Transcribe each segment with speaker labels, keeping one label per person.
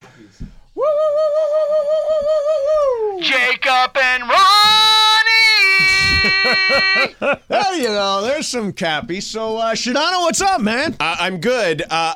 Speaker 1: Woo, woo, woo, woo, woo, woo, woo, woo, woo.
Speaker 2: Jacob and Ronnie.
Speaker 1: There you go. There's some Cappy. So, uh, Shadano, what's up, man?
Speaker 3: Uh, I'm good. Uh,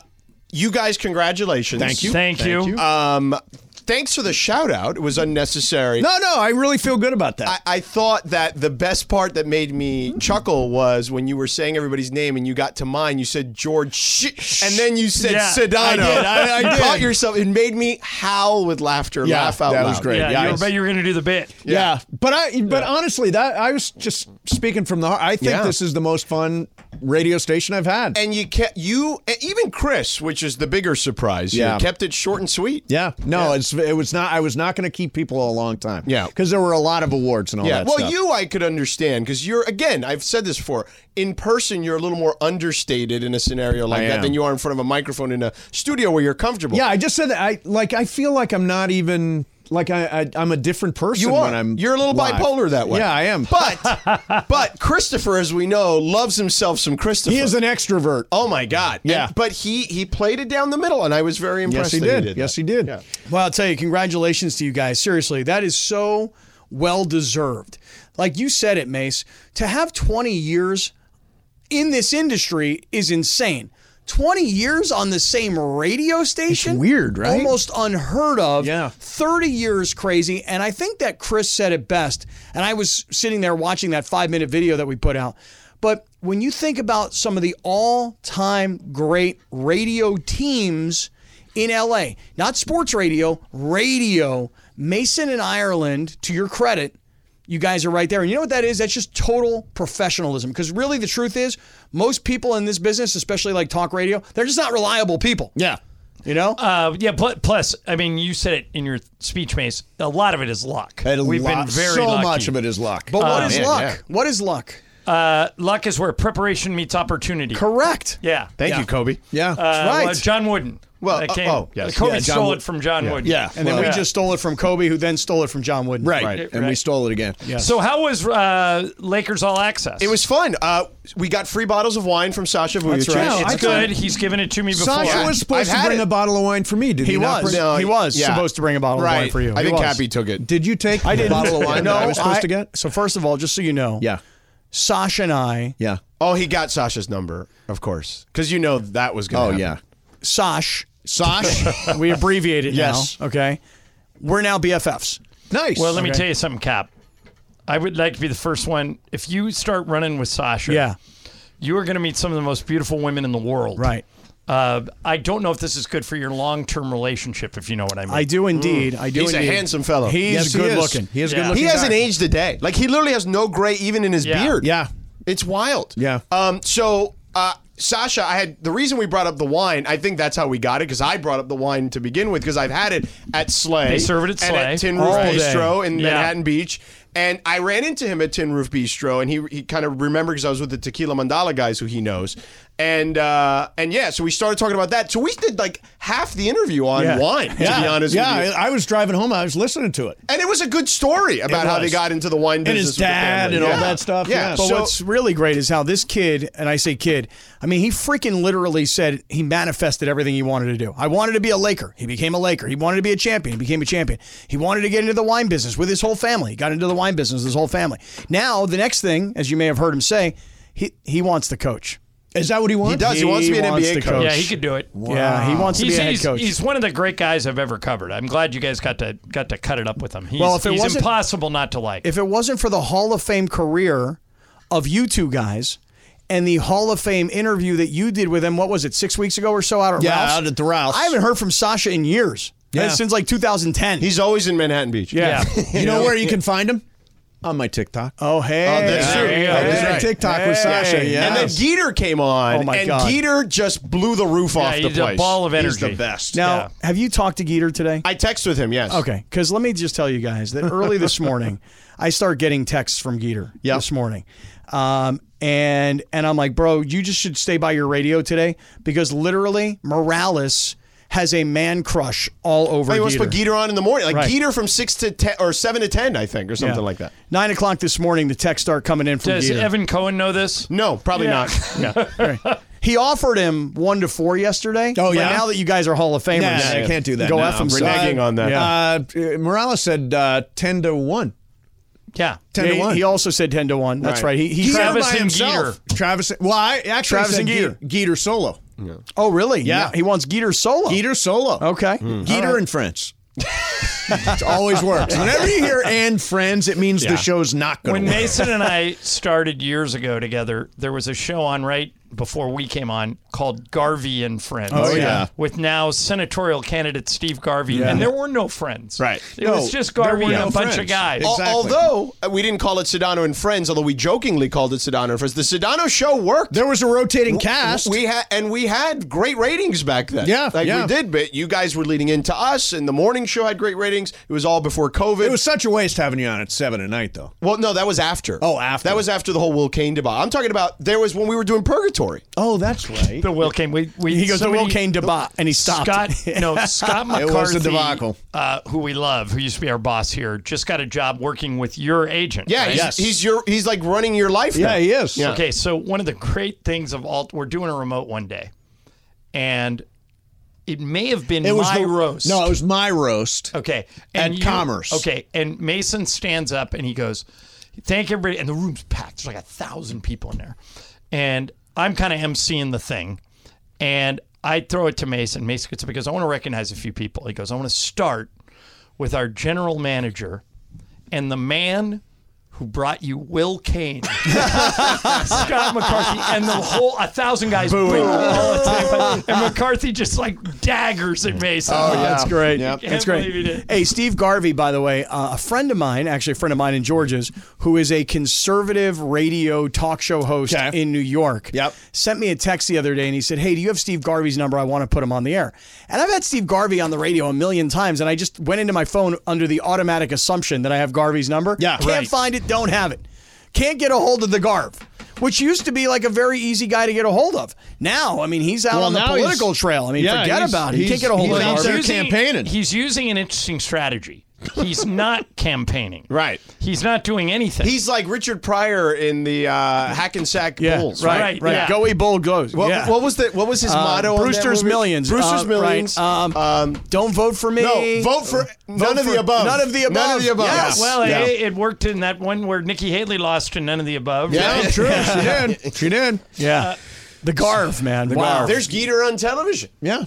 Speaker 3: you guys, congratulations.
Speaker 1: Thank you.
Speaker 4: Thank, you.
Speaker 1: you.
Speaker 3: Um, thanks for the shout out. It was unnecessary.
Speaker 1: Oh, No, no, I really feel good about that.
Speaker 3: I, I thought that the best part that made me chuckle was when you were saying everybody's name and you got to mine. You said George, Sh- and then you said
Speaker 4: Yeah,
Speaker 3: Sedano.
Speaker 1: I did, I- I
Speaker 3: you
Speaker 1: did.
Speaker 3: caught yourself. It made me howl with laughter.
Speaker 1: Yeah,
Speaker 3: laugh out
Speaker 1: that
Speaker 3: loud.
Speaker 1: was great.
Speaker 4: yeah,
Speaker 1: Yeah,
Speaker 4: you were,
Speaker 1: it's-
Speaker 4: but you were gonna do the bit.
Speaker 1: yeah. but I, but honestly, that I was just speaking from the heart. I think
Speaker 3: Yeah.
Speaker 1: this is the most fun radio station I've had.
Speaker 3: And you kept you and even Chris, which is the bigger surprise.
Speaker 1: Yeah.
Speaker 3: you kept it short and sweet.
Speaker 1: yeah, no, it's it was not. I was not going to keep people a long time.
Speaker 3: Yeah.
Speaker 1: because there were a lot of awards and all that.
Speaker 3: Well,
Speaker 1: stuff.
Speaker 3: you I could understand because you're again. I've said this before. In person, you're a little more understated in a scenario like
Speaker 1: I
Speaker 3: that
Speaker 1: am.
Speaker 3: than you are in front of a microphone in a studio where you're comfortable.
Speaker 1: Yeah, I just said that. I like. I feel like I'm not even like I, I I'm a different person.
Speaker 3: You are.
Speaker 1: When I'm
Speaker 3: You're a little
Speaker 1: live.
Speaker 3: bipolar that way.
Speaker 1: Yeah, I am.
Speaker 3: But but Christopher, as we know, loves himself some Christopher.
Speaker 1: he is an extrovert.
Speaker 3: oh my God.
Speaker 1: Yeah.
Speaker 3: And- but he he played it down the middle, and I was very
Speaker 1: yes,
Speaker 3: impressed.
Speaker 1: he
Speaker 3: that
Speaker 1: did.
Speaker 3: that.
Speaker 1: yes, he did.
Speaker 5: Well, I'll tell you, congratulations to you guys. Seriously, that is so well deserved. Like you said it, Mace, to have 20 years in this industry is insane. 20 years on the same radio station? Oh
Speaker 1: weird, right?
Speaker 5: Almost unheard of.
Speaker 1: Yeah.
Speaker 5: 30 years crazy. And I think that Chris said it best. And I was sitting there watching that five minute video that we put out. But when you think about some of the all time great radio teams in LA, not sports radio, radio, Mason and Ireland, to your credit, you guys are right there. And you know what that is? That's just total professionalism. Because really, the truth is, most people in this business, especially like talk radio, they're just not reliable people.
Speaker 1: Yeah.
Speaker 5: You know?
Speaker 4: Uh, yeah. pl- Plus, I mean, you said it in your speech, Mace. A lot of it is luck.
Speaker 1: Had a
Speaker 4: We've
Speaker 1: lot-
Speaker 4: been very
Speaker 1: so
Speaker 4: lucky.
Speaker 1: much of it is luck.
Speaker 5: but what is
Speaker 3: man,
Speaker 5: luck?
Speaker 3: yeah.
Speaker 5: What is luck?
Speaker 4: Uh, luck is where preparation meets opportunity.
Speaker 5: Correct.
Speaker 4: Yeah.
Speaker 3: Thank
Speaker 5: Yeah.
Speaker 3: you, Kobe.
Speaker 1: yeah,
Speaker 4: Uh,
Speaker 5: right.
Speaker 4: well, John Wooden.
Speaker 3: Well,
Speaker 4: That
Speaker 3: uh,
Speaker 4: came-
Speaker 3: oh, yes.
Speaker 4: Kobe
Speaker 1: Yeah, John
Speaker 4: stole
Speaker 1: Wood-
Speaker 4: it from John Wooden.
Speaker 1: yeah.
Speaker 5: And then
Speaker 1: Well,
Speaker 5: we
Speaker 4: yeah.
Speaker 5: just stole it from Kobe, who then stole it from John Wooden.
Speaker 1: right.
Speaker 3: Right.
Speaker 1: and we
Speaker 4: Right.
Speaker 1: stole it again. Yeah.
Speaker 4: So how was uh, Lakers All Access?
Speaker 3: It was fun. Uh, we got free bottles of wine from Sasha Vujacic.
Speaker 5: right.
Speaker 1: No,
Speaker 4: It's
Speaker 1: I thought-
Speaker 4: good. He's given it to me before.
Speaker 1: Sasha
Speaker 3: Yeah.
Speaker 1: was supposed
Speaker 3: I've
Speaker 1: to
Speaker 3: had
Speaker 1: bring
Speaker 3: it.
Speaker 1: a bottle of wine for me. Did he, not?
Speaker 5: was.
Speaker 1: Bring,
Speaker 5: He was supposed to bring a bottle of
Speaker 3: Right.
Speaker 5: wine for you.
Speaker 3: I
Speaker 5: He
Speaker 3: think
Speaker 5: was.
Speaker 3: Cappy took it.
Speaker 1: Did you take a bottle of wine
Speaker 3: No,
Speaker 1: that I was supposed
Speaker 3: I-
Speaker 1: to get?
Speaker 5: So first of all, just so you know,
Speaker 1: Yeah.
Speaker 5: Sasha and I,
Speaker 1: Yeah.
Speaker 3: Oh, he got Sasha's number, of course, because you know that was
Speaker 1: Oh
Speaker 3: going.
Speaker 1: yeah.
Speaker 5: Sash,
Speaker 1: Sash.
Speaker 5: we abbreviate it
Speaker 1: Yes.
Speaker 5: now. Okay, we're now BFFs.
Speaker 1: nice.
Speaker 4: Well, let me tell you something, Cap. I would like to be the first one. If you start running with Sasha,
Speaker 5: Yeah,
Speaker 4: you are going to meet some of the most beautiful women in the world.
Speaker 5: right.
Speaker 4: Uh, I don't know if this is good for your long-term relationship, if you know what I mean.
Speaker 5: I do indeed. I do.
Speaker 3: He's a
Speaker 5: indeed.
Speaker 3: handsome fellow.
Speaker 5: He's
Speaker 1: Yes, he
Speaker 5: good
Speaker 1: is.
Speaker 5: looking.
Speaker 1: He is
Speaker 4: Yeah.
Speaker 1: good looking.
Speaker 3: He hasn't
Speaker 1: guy.
Speaker 3: aged a day. Like he literally has no gray even in his
Speaker 4: Yeah.
Speaker 3: beard.
Speaker 1: Yeah.
Speaker 3: It's wild.
Speaker 1: Yeah.
Speaker 3: Um. So, uh, Sasha, I had the reason we brought up the wine. I think that's how we got it because I brought up the wine to begin with because I've had it at Slay.
Speaker 4: They serve it at
Speaker 3: and
Speaker 4: Slay.
Speaker 3: at Tin Roof
Speaker 5: All day.
Speaker 3: Bistro in
Speaker 4: Yeah.
Speaker 3: Manhattan Beach. And I ran into him at Tin Roof Bistro, and he he kind of remembered because I was with the Tequila Mandala guys who he knows, and uh, and yeah, so we started talking about that. So we did like half the interview on
Speaker 5: Yeah.
Speaker 3: wine, to
Speaker 1: Yeah.
Speaker 3: be honest.
Speaker 1: yeah.
Speaker 3: with you.
Speaker 1: I I was driving home. I was listening to it.
Speaker 3: And it was a good story about
Speaker 1: It
Speaker 3: how they
Speaker 1: was.
Speaker 3: got into the wine
Speaker 1: And
Speaker 3: business.
Speaker 1: his
Speaker 3: with the
Speaker 1: dad
Speaker 3: family.
Speaker 1: and all
Speaker 3: Yeah.
Speaker 1: that stuff.
Speaker 3: Yeah.
Speaker 1: Yeah.
Speaker 5: But
Speaker 3: so,
Speaker 5: what's really great is how this kid, and I say kid, I mean, he freaking literally said he manifested everything he wanted to do. I wanted to be a Laker. He became a Laker. He wanted to be a champion. He became a champion. He wanted to get into the wine business with his whole family. He got into the wine business with his whole family. Now, the next thing, as you may have heard him say, he, he wants to coach.
Speaker 1: Is that what he wants?
Speaker 3: He does. He wants to be an
Speaker 5: wants
Speaker 3: NBA
Speaker 5: to
Speaker 3: coach.
Speaker 4: yeah, he could do it.
Speaker 5: Yeah, he wants to
Speaker 4: He's,
Speaker 5: be a head
Speaker 4: he's-
Speaker 5: coach.
Speaker 4: he's one of the great guys I've ever covered. I'm glad you guys got to got to cut it up with him. He's,
Speaker 5: Well, if it
Speaker 4: he's
Speaker 5: wasn't-
Speaker 4: impossible not to like.
Speaker 5: if it wasn't for the Hall of Fame career of you two guys and the Hall of Fame interview that you did with him, what was it, six weeks ago or so out at
Speaker 1: Yeah,
Speaker 5: Ralph's?
Speaker 1: out at the Ralph's.
Speaker 5: I haven't heard from Sasha in years.
Speaker 1: Yeah.
Speaker 5: Since like 2010.
Speaker 3: he's always in Manhattan Beach.
Speaker 4: yeah.
Speaker 1: You know where you can find him? On my TikTok.
Speaker 5: oh, hey.
Speaker 3: that's
Speaker 5: Yeah.
Speaker 3: true.
Speaker 5: Hey.
Speaker 3: Yeah,
Speaker 1: I did
Speaker 3: that's
Speaker 1: a
Speaker 3: right.
Speaker 1: TikTok with Sasha. Yeah.
Speaker 3: And then Geeter came on,
Speaker 5: Oh, my
Speaker 3: and
Speaker 5: God.
Speaker 3: Geeter just blew the roof off the
Speaker 4: he's a
Speaker 3: place.
Speaker 4: ball of
Speaker 3: He's
Speaker 4: energy.
Speaker 3: the best.
Speaker 5: Now,
Speaker 4: Yeah.
Speaker 5: have you talked to Geeter today?
Speaker 3: I text with him. Yes.
Speaker 5: Okay, because let me just tell you guys that early this morning, I start getting texts from Geeter
Speaker 3: Yeah.
Speaker 5: this morning, um, and and I'm like, bro, you just should stay by your radio today because literally Morales has a man crush all over.
Speaker 3: Oh, he wants
Speaker 5: Geeter.
Speaker 3: to put Geeter on in the morning, like
Speaker 5: Right.
Speaker 3: Geeter from six to ten or seven to ten, I think, or something like that.
Speaker 5: Nine o'clock this morning, the texts start coming in from
Speaker 4: Does
Speaker 5: Geeter.
Speaker 4: Evan Cohen know this?
Speaker 3: No, probably
Speaker 4: Yeah.
Speaker 3: not.
Speaker 5: Yeah, right. He offered him one to four yesterday.
Speaker 1: Oh,
Speaker 5: but
Speaker 1: yeah?
Speaker 5: Now that you guys are Hall of Famers,
Speaker 1: Nah, nah, I can't do that.
Speaker 5: Go
Speaker 1: no.
Speaker 5: f himself.
Speaker 3: reneging on that.
Speaker 5: Yeah.
Speaker 1: Uh, Morales said uh, ten to one.
Speaker 4: Yeah.
Speaker 1: Ten
Speaker 5: Yeah,
Speaker 1: to
Speaker 5: he-
Speaker 1: one.
Speaker 5: he also said ten to one. That's
Speaker 3: Right.
Speaker 5: right. He, he,
Speaker 1: He
Speaker 4: Travis
Speaker 1: by
Speaker 4: and
Speaker 1: himself. Travis. Well, I actually
Speaker 5: Travis
Speaker 1: said
Speaker 5: and Geeter.
Speaker 1: Ge- Geeter solo.
Speaker 5: oh really?
Speaker 1: Yeah.
Speaker 5: He wants Geeter solo.
Speaker 1: Geeter solo.
Speaker 5: Oh. Okay.
Speaker 3: Hmm.
Speaker 1: Geeter and friends. it always works. Whenever you hear "and friends," it means the show's not going
Speaker 4: When
Speaker 1: to work.
Speaker 4: Mason and I started years ago together, there was a show on right before we came on called Garvey and Friends.
Speaker 1: Oh, yeah.
Speaker 4: With now senatorial candidate Steve Garvey. And there were no friends.
Speaker 1: Right.
Speaker 4: It
Speaker 1: No,
Speaker 4: was just
Speaker 1: there
Speaker 4: Garvey
Speaker 1: were
Speaker 4: and
Speaker 1: no
Speaker 4: a bunch of
Speaker 1: friends.
Speaker 4: guys.
Speaker 1: Exactly.
Speaker 3: Al- Although uh, we didn't call it Sedano and Friends, although we jokingly called it Sedano and Friends, the Sedano show worked.
Speaker 1: There was a rotating cast.
Speaker 3: We had and we had great ratings back then.
Speaker 1: Yeah,
Speaker 3: like
Speaker 1: yeah.
Speaker 3: we did. But you guys were leading into us, and the morning show had great ratings. It was all before COVID.
Speaker 1: it was such a waste having you on at seven at night, though.
Speaker 3: well, no, that was after.
Speaker 1: Oh, after.
Speaker 3: that was after the whole Will Kane debacle. I'm talking about there was when we were doing Purgatory.
Speaker 1: Oh, that's right.
Speaker 4: The Will Kane. We, we,
Speaker 5: He goes to
Speaker 4: somebody-
Speaker 5: Will Kane Debat, and he stopped.
Speaker 4: Scott, no, Scott McCarthy,
Speaker 1: was a debacle.
Speaker 4: Uh, who we love, who used to be our boss here, just got a job working with your agent.
Speaker 3: Yeah,
Speaker 4: right?
Speaker 3: he's,
Speaker 1: Yes.
Speaker 3: he's your he's like running your life.
Speaker 1: yeah,
Speaker 3: now.
Speaker 1: he is.
Speaker 3: Yeah.
Speaker 4: Okay, so one of the great things of alt, we're doing a remote one day, and it may have been
Speaker 1: It was
Speaker 4: my
Speaker 1: the-
Speaker 4: roast.
Speaker 1: No, it was my roast.
Speaker 4: okay,
Speaker 1: at Commerce.
Speaker 4: Okay, and Mason stands up and he goes, "Thank everybody," and the room's packed. There's like a thousand people in there, and I'm kind of emceeing the thing, and I throw it to Mason. Mason gets up because I want to recognize a few people. He goes, "I want to start with our general manager and the man." Who brought you Will Kane? Scott McCarthy and the whole a thousand guys booing all the time, and McCarthy just like daggers at Mason. Oh
Speaker 5: That's great.
Speaker 4: Can't
Speaker 5: That's great.
Speaker 4: believe he did.
Speaker 5: Hey, Steve Garvey, by the way, uh, a friend of mine, actually a friend of mine in Georgia's, who is a conservative radio talk show host
Speaker 1: Okay.
Speaker 5: in New York,
Speaker 1: Yep.
Speaker 5: sent me a text the other day and he said, Hey, do you have Steve Garvey's number? I want to put him on the air. And I've had Steve Garvey on the radio a million times, and I just went into my phone under the automatic assumption that I have Garvey's number.
Speaker 1: Yeah,
Speaker 5: Can't
Speaker 1: right.
Speaker 5: find it, don't have it. Can't get a hold of the Garv. Which used to be like a very easy guy to get a hold of. Now, I mean, he's out
Speaker 1: Well,
Speaker 5: on the
Speaker 1: now he's-
Speaker 5: political trail. I mean,
Speaker 1: yeah,
Speaker 5: forget
Speaker 1: he's-
Speaker 5: about it. He
Speaker 1: he's-
Speaker 5: can't get a hold
Speaker 1: he's
Speaker 5: of
Speaker 1: out
Speaker 5: Garvey.
Speaker 1: there campaigning.
Speaker 4: He's using an interesting strategy. He's not campaigning.
Speaker 3: Right.
Speaker 4: He's not doing anything.
Speaker 3: He's like Richard Pryor in the uh, Hackensack
Speaker 5: Yeah,
Speaker 3: Bulls.
Speaker 5: right,
Speaker 4: right,
Speaker 5: right.
Speaker 4: yeah.
Speaker 5: Goey Bull goes.
Speaker 3: What,
Speaker 5: yeah. Um,
Speaker 3: what was the what was his motto? on that
Speaker 5: Brewster's
Speaker 3: movie?
Speaker 5: Millions.
Speaker 3: Brewster's
Speaker 5: Uh,
Speaker 3: Millions.
Speaker 5: right. Um, don't vote for me.
Speaker 3: no, vote for none of
Speaker 5: for-
Speaker 3: the above.
Speaker 5: none of the
Speaker 3: None
Speaker 5: above.
Speaker 3: of the above.
Speaker 5: Yes.
Speaker 4: well,
Speaker 1: Yeah.
Speaker 4: it, it worked in that one where Nikki Haley lost to none of the above.
Speaker 3: Yeah,
Speaker 4: right?
Speaker 1: True, she did. She did.
Speaker 5: Yeah. the Garv, man. The
Speaker 3: Wow,
Speaker 5: Garv.
Speaker 3: there's Geeter on television
Speaker 1: Yeah,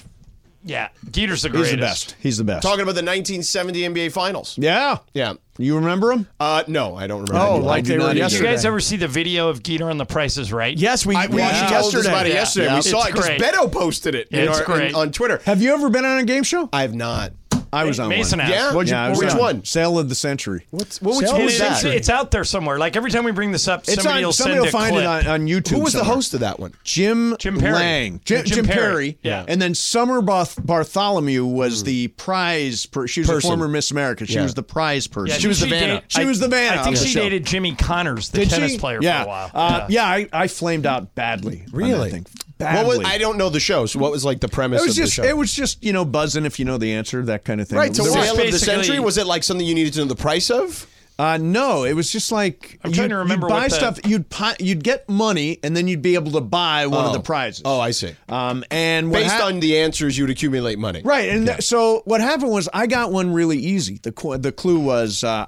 Speaker 4: yeah. Dieter's the
Speaker 1: he's
Speaker 4: greatest.
Speaker 1: the best. He's the best.
Speaker 3: talking about the 1970 NBA Finals.
Speaker 1: yeah,
Speaker 3: Yeah.
Speaker 1: You remember him?
Speaker 3: Uh, no, I don't remember.
Speaker 5: Oh,
Speaker 3: I do-
Speaker 5: like they
Speaker 3: I do
Speaker 5: were
Speaker 3: not either.
Speaker 4: Did you
Speaker 5: yesterday.
Speaker 4: guys ever see the video of Dieter on The Price Is Right?
Speaker 5: yes, we,
Speaker 3: I, we
Speaker 5: watched
Speaker 3: actually told us
Speaker 5: yesterday.
Speaker 3: about it
Speaker 4: Yeah.
Speaker 3: yesterday. We
Speaker 4: It's
Speaker 3: saw it because
Speaker 4: great.
Speaker 3: Beto posted it in
Speaker 4: It's
Speaker 3: our- in-
Speaker 4: great.
Speaker 3: on Twitter.
Speaker 1: Have you ever been on a game show?
Speaker 3: I have not.
Speaker 1: I was on
Speaker 4: Mason
Speaker 1: one.
Speaker 4: asked.
Speaker 3: Yeah?
Speaker 4: What'd you-
Speaker 1: Yeah, I was
Speaker 3: Which
Speaker 1: on
Speaker 3: one?
Speaker 1: Sale of the century.
Speaker 5: What's,
Speaker 1: Sell
Speaker 4: It
Speaker 1: Who
Speaker 4: is-
Speaker 1: was that?
Speaker 4: It's, it's out there somewhere. Like every time we bring this up, somebody will send
Speaker 1: somebody will
Speaker 4: a
Speaker 1: find
Speaker 4: clip.
Speaker 1: it on, on YouTube.
Speaker 3: Who was the
Speaker 1: somewhere.
Speaker 3: host of that one?
Speaker 1: Jim,
Speaker 4: Jim Perry.
Speaker 1: Lang. Jim,
Speaker 4: Jim
Speaker 1: Jim
Speaker 4: Perry.
Speaker 1: Perry.
Speaker 4: Yeah.
Speaker 1: And then Summer Barth- Bartholomew was
Speaker 4: Hmm.
Speaker 1: the prize. Per- she was
Speaker 3: Person.
Speaker 1: a former Miss America. She
Speaker 3: Yeah.
Speaker 1: was the prize person.
Speaker 4: Yeah,
Speaker 1: she was the
Speaker 4: didn't
Speaker 1: Vanna.
Speaker 4: date-
Speaker 1: She
Speaker 4: I-
Speaker 1: was the Vanna.
Speaker 4: I think
Speaker 1: on the
Speaker 4: she
Speaker 1: show.
Speaker 4: dated Jimmy Connors, the
Speaker 1: Did
Speaker 4: tennis
Speaker 1: she?
Speaker 4: player,
Speaker 1: yeah.
Speaker 4: for a while.
Speaker 1: Uh, yeah, I, I flamed out badly. on that
Speaker 3: Really?
Speaker 1: thing.
Speaker 3: What
Speaker 1: Badly.
Speaker 3: was, I don't know the show. So what was like the premise
Speaker 1: it was
Speaker 3: of
Speaker 1: just
Speaker 3: the show?
Speaker 1: it was just you know buzzing if you know the answer that kind of thing.
Speaker 3: right.
Speaker 1: It
Speaker 3: So
Speaker 1: was-
Speaker 4: what?
Speaker 3: sale of the
Speaker 4: basically-
Speaker 3: century was it like something you needed to know the price of?
Speaker 1: Uh, no, it was just like
Speaker 4: I'm trying
Speaker 1: you'd-
Speaker 4: to remember
Speaker 1: You'd buy
Speaker 4: what the-
Speaker 1: stuff. You'd pi- you'd get money, and then you'd be able to buy one
Speaker 3: Oh.
Speaker 1: of the prizes.
Speaker 3: Oh, I see.
Speaker 1: Um, and what
Speaker 3: Based
Speaker 1: hap-
Speaker 3: on the answers, you'd accumulate money.
Speaker 1: right, and that- so what happened was I got one really easy. The qu- the clue was uh,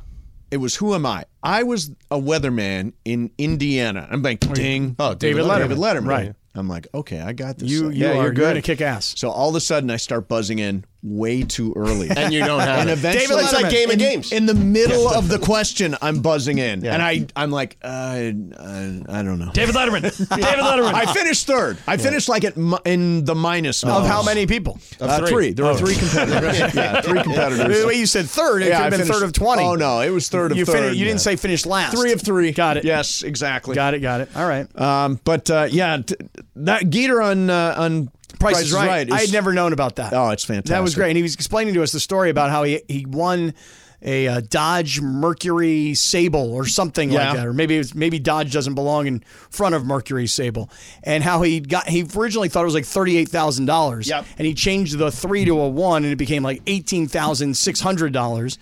Speaker 1: it was who am I? I was a weatherman in Indiana. I'm like ding.
Speaker 3: Oh, David Letterman.
Speaker 1: David Letterman.
Speaker 5: Right.
Speaker 1: I'm like, okay, I got this.
Speaker 5: You,
Speaker 1: thing.
Speaker 5: you
Speaker 1: yeah,
Speaker 5: are,
Speaker 1: you're good.
Speaker 5: to kick ass.
Speaker 1: So all of a sudden, I start buzzing in way too early,
Speaker 3: And you don't have
Speaker 1: and
Speaker 3: it.
Speaker 1: eventually,
Speaker 3: David Letterman. It's like Game of
Speaker 1: in,
Speaker 3: Games.
Speaker 1: In the middle of the question, I'm buzzing in, and I, I'm like, uh, I, I don't know.
Speaker 4: David Letterman. David Letterman.
Speaker 1: I finised third. I finished like at mi- in the minus
Speaker 5: Of
Speaker 1: numbers.
Speaker 5: how many people?
Speaker 1: Uh, three. There were three competitors. yeah, three competitors.
Speaker 5: The way you said third, it
Speaker 1: Yeah, I
Speaker 5: could have been
Speaker 1: finished-
Speaker 5: third of 20.
Speaker 1: Oh no, it was third of
Speaker 5: you
Speaker 1: third.
Speaker 5: fini-
Speaker 1: yeah.
Speaker 5: you didn't say finish last.
Speaker 1: three of three.
Speaker 5: Got it.
Speaker 1: Yes, exactly.
Speaker 5: Got it, got it. All right.
Speaker 1: Um, but uh, yeah, t- that Geeter on uh, on
Speaker 5: Price, is right. I
Speaker 1: is-
Speaker 5: had never known about that.
Speaker 1: Oh, it's fantastic.
Speaker 5: That was great. And he was explaining to us the story about how he, he won a uh, Dodge Mercury Sable or something
Speaker 1: Yeah.
Speaker 5: like that, or maybe it was, maybe Dodge doesn't belong in front of Mercury Sable, and how he got he originally thought it was like thirty eight thousand dollars,
Speaker 1: Yep.
Speaker 5: and he changed the three to a one, and it became like eighteen thousand six hundred dollars.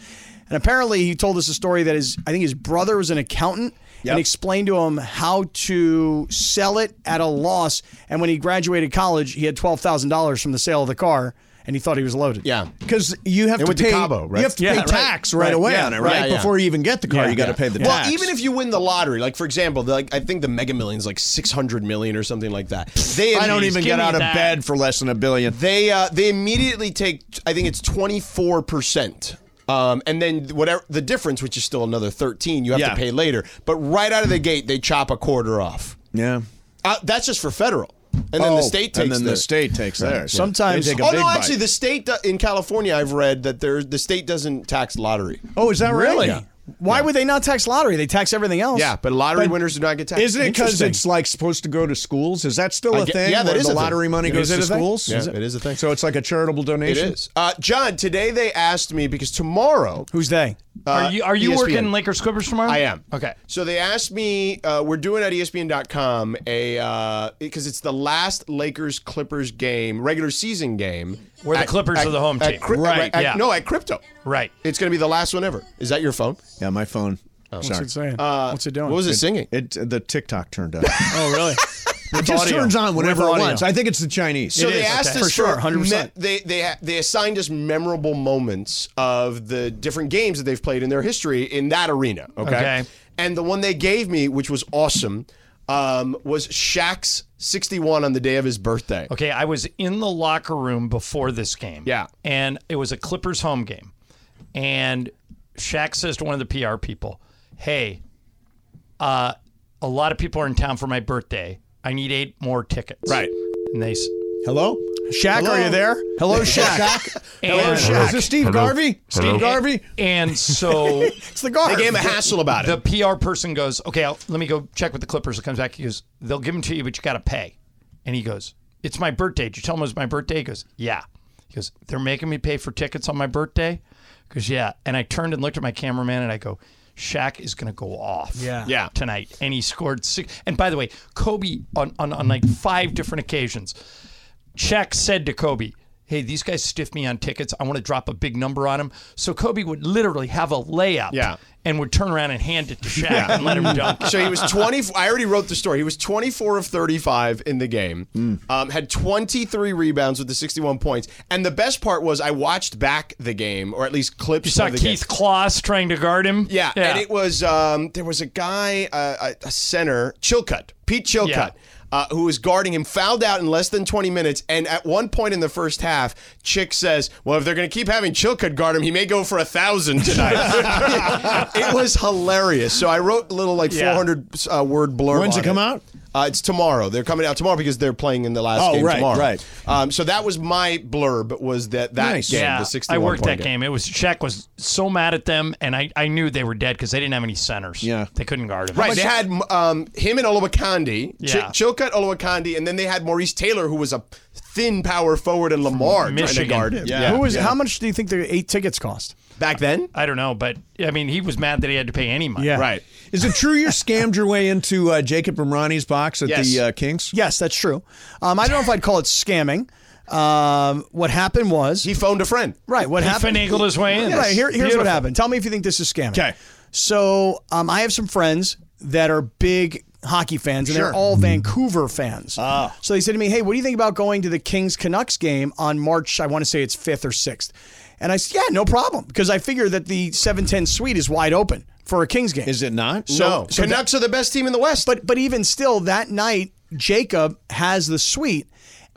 Speaker 5: And apparently, he told us a story that his, I think his brother was an accountant
Speaker 1: Yep.
Speaker 5: and explained to him how to sell it at a loss. And when he graduated college, he had twelve thousand dollars from the sale of the car, and he thought he was loaded.
Speaker 3: Yeah.
Speaker 1: Because you have to
Speaker 3: went to
Speaker 1: pay
Speaker 3: Cabo, right?
Speaker 1: you have to
Speaker 4: Yeah,
Speaker 1: pay
Speaker 4: right.
Speaker 1: tax right, away
Speaker 5: yeah,
Speaker 1: on it, right?
Speaker 3: yeah, yeah.
Speaker 1: Before you even get the car,
Speaker 4: Yeah,
Speaker 1: you got to
Speaker 4: yeah.
Speaker 1: pay the
Speaker 3: Well,
Speaker 1: tax.
Speaker 3: even if you win the lottery, like for example, the, like I think the Mega Millions like six hundred million or something like that. They
Speaker 1: I don't
Speaker 4: Please
Speaker 1: even get
Speaker 4: give me
Speaker 1: out of
Speaker 4: that.
Speaker 1: bed for less than a billion.
Speaker 3: They uh, they immediately take I think it's twenty four percent. Um, and then whatever the difference, which is still another thirteen, you have
Speaker 1: Yeah.
Speaker 3: to pay later. But right out of the gate, they chop a quarter off.
Speaker 1: yeah.
Speaker 3: Uh, that's just for federal, and then
Speaker 1: Oh,
Speaker 3: the state takes.
Speaker 1: and then
Speaker 3: their-
Speaker 1: the state takes theirs. Yeah.
Speaker 5: Sometimes-
Speaker 1: They take a
Speaker 3: Oh
Speaker 1: big
Speaker 3: no! Actually,
Speaker 1: bite.
Speaker 3: the state do- in California, I've read that there the state doesn't tax lottery.
Speaker 1: oh, is that right?
Speaker 3: Really?
Speaker 1: Yeah.
Speaker 5: Why would they not tax lottery? They tax everything else.
Speaker 3: Yeah, but lottery winners do not get taxed.
Speaker 1: Isn't it because
Speaker 5: Interesting.
Speaker 1: it's like supposed to go to schools? Is that still
Speaker 3: I
Speaker 1: a
Speaker 3: get-
Speaker 1: thing?
Speaker 3: yeah, that
Speaker 1: where
Speaker 3: is a
Speaker 1: the
Speaker 3: thing.
Speaker 1: lottery money
Speaker 3: It
Speaker 1: goes
Speaker 3: is
Speaker 1: to
Speaker 3: a thing.
Speaker 1: schools.
Speaker 3: Yeah, it is a thing.
Speaker 1: So it's like a charitable
Speaker 3: It
Speaker 1: donation.
Speaker 3: is. Uh, John, today they asked me because tomorrow uh, E
Speaker 5: Who's they?
Speaker 1: Uh,
Speaker 4: are you
Speaker 1: E
Speaker 4: are you
Speaker 3: ESPN.
Speaker 4: working Lakers Clippers tomorrow?
Speaker 3: I am.
Speaker 4: Okay.
Speaker 3: So they asked me, uh, we're doing at ESPN.com a, because it's the last Lakers Clippers game, regular season game.
Speaker 4: Where the Clippers are the home
Speaker 3: at
Speaker 4: team.
Speaker 3: Cryp-
Speaker 4: Right,
Speaker 3: at-
Speaker 4: yeah.
Speaker 3: No, at Crypto.
Speaker 4: Right.
Speaker 3: It's going to be the last one ever. Is that your phone? Uh,
Speaker 1: Yeah, my phone. Sorry. Uh,
Speaker 5: What's it saying? What's it doing?
Speaker 3: What was it singing?
Speaker 1: It the TikTok turned up.
Speaker 5: Oh, really?
Speaker 1: it just
Speaker 5: audio.
Speaker 1: turns on whenever
Speaker 5: With
Speaker 1: it
Speaker 5: audio.
Speaker 1: wants. I think it's the Chinese.
Speaker 3: So
Speaker 5: It
Speaker 3: they
Speaker 5: is,
Speaker 3: asked
Speaker 5: okay.
Speaker 3: us
Speaker 5: For sure, 100%.
Speaker 3: me- They they ha- they assigned us memorable moments of the different games that they've played in their history in that arena. Okay.
Speaker 4: Okay.
Speaker 3: And the one they gave me, which was awesome, um, was Shaq's 61 on the day of his birthday.
Speaker 4: Okay, I was in the locker room before this game.
Speaker 3: Yeah.
Speaker 4: And it was a Clippers home game. And Shaq says to one of the PR people, Hey, uh, a lot of people are in town for my birthday. I need eight more tickets.
Speaker 3: Right.
Speaker 4: And they s-
Speaker 1: Hello?
Speaker 5: Shaq, are you there? Hello, Shaq.
Speaker 4: Hello,
Speaker 1: Is this Steve Garvey? Steve Garvey?
Speaker 4: And so
Speaker 5: It's the guard.
Speaker 3: They gave him a hassle about
Speaker 4: the
Speaker 3: it.
Speaker 4: PR person goes, Okay, I'll, let me go check with the Clippers. It comes back. He goes, They'll give them to you, but you got to pay. And he goes, It's my birthday. Did you tell them it was my birthday? He goes, Yeah. He goes, They're making me pay for tickets on my birthday? Because, yeah. And I turned and looked at my cameraman and I go, Shaq is going to go off
Speaker 5: Yeah.
Speaker 3: Yeah.
Speaker 4: tonight. And he scored six. And by the way, Kobe, on, on, on like five different occasions, Shaq said to Kobe, Hey, these guys stiff me on tickets. I want to drop a big number on them. So Kobe would literally have a layup
Speaker 3: Yeah.
Speaker 4: and would turn around and hand it to Shaq and let him dunk.
Speaker 3: so he was 20. I already wrote the story. He was 24 of 35 in the game,
Speaker 4: Mm.
Speaker 3: um, had 23 rebounds with the 61 points. And the best part was, I watched back the game, or at least clips
Speaker 4: You saw
Speaker 3: of the game.
Speaker 4: Keith Kloss trying to guard him.
Speaker 3: Yeah, and it was um, there was a guy, uh, a, a center, Chilcutt, Pete Chilcutt,
Speaker 4: Yeah.
Speaker 3: uh, who was guarding him, fouled out in less than 20 minutes. And at one point in the first half, Chick says, "Well, if they're going to keep having Chilcutt guard him, he may go for a thousand tonight." it was hilarious. So I wrote a little like
Speaker 4: Yeah.
Speaker 3: 400 uh, word blurb.
Speaker 1: When's it
Speaker 3: on
Speaker 1: come out?
Speaker 3: Uh, it's tomorrow. They're coming out tomorrow because they're playing in the last
Speaker 1: Oh,
Speaker 3: game
Speaker 1: right,
Speaker 3: tomorrow.
Speaker 1: right.
Speaker 3: Um, so that was my blurb. Was that that
Speaker 1: Nice.
Speaker 3: game?
Speaker 4: Yeah,
Speaker 3: the 61
Speaker 4: I worked
Speaker 3: point
Speaker 4: that game. It was Shaq was so mad at them, and I, I knew they were dead because they didn't have any centers.
Speaker 1: Yeah.
Speaker 4: they couldn't guard him.
Speaker 3: Right, they had um, him and Olowokandi, Ch-
Speaker 4: Yeah.
Speaker 3: Chilcutt Olowokandi, and then they had Maurice Taylor, who was a thin power forward in Lamar, trying
Speaker 4: Michigan.
Speaker 3: to guard him.
Speaker 1: Yeah.
Speaker 5: Who was? How much do you think the eight tickets cost?
Speaker 3: Back then,
Speaker 4: I don't know, but I mean, he was mad that he had to pay any money.
Speaker 5: Yeah.
Speaker 3: right?
Speaker 1: Is it true you scammed your way into uh, Jacob Imrani's box at
Speaker 3: Yes.
Speaker 1: the uh, Kings?
Speaker 5: Yes, that's true. Um, I don't know if I'd call it scamming. Um, what happened was
Speaker 3: He phoned a friend.
Speaker 5: right. What
Speaker 4: he
Speaker 5: happened?
Speaker 4: finagled his way in.
Speaker 5: Yeah, right, here, here's what
Speaker 4: Beautiful.
Speaker 5: happened. Tell me if you think this is scamming.
Speaker 1: 'Kay.
Speaker 5: So um, I have some friends that are big hockey fans, and
Speaker 1: Sure.
Speaker 5: they're all Vancouver fans. So they said to me, "Hey, what do you think about going to the Kings Canucks game on March? I want to say it's fifth or 6th. And I said, "Yeah, no problem," because I figure that the seven ten suite is wide open for a Kings game.
Speaker 1: Is it not?
Speaker 3: no, Canucks are the best team in the West.
Speaker 5: But but even still, that night Jacob has the suite,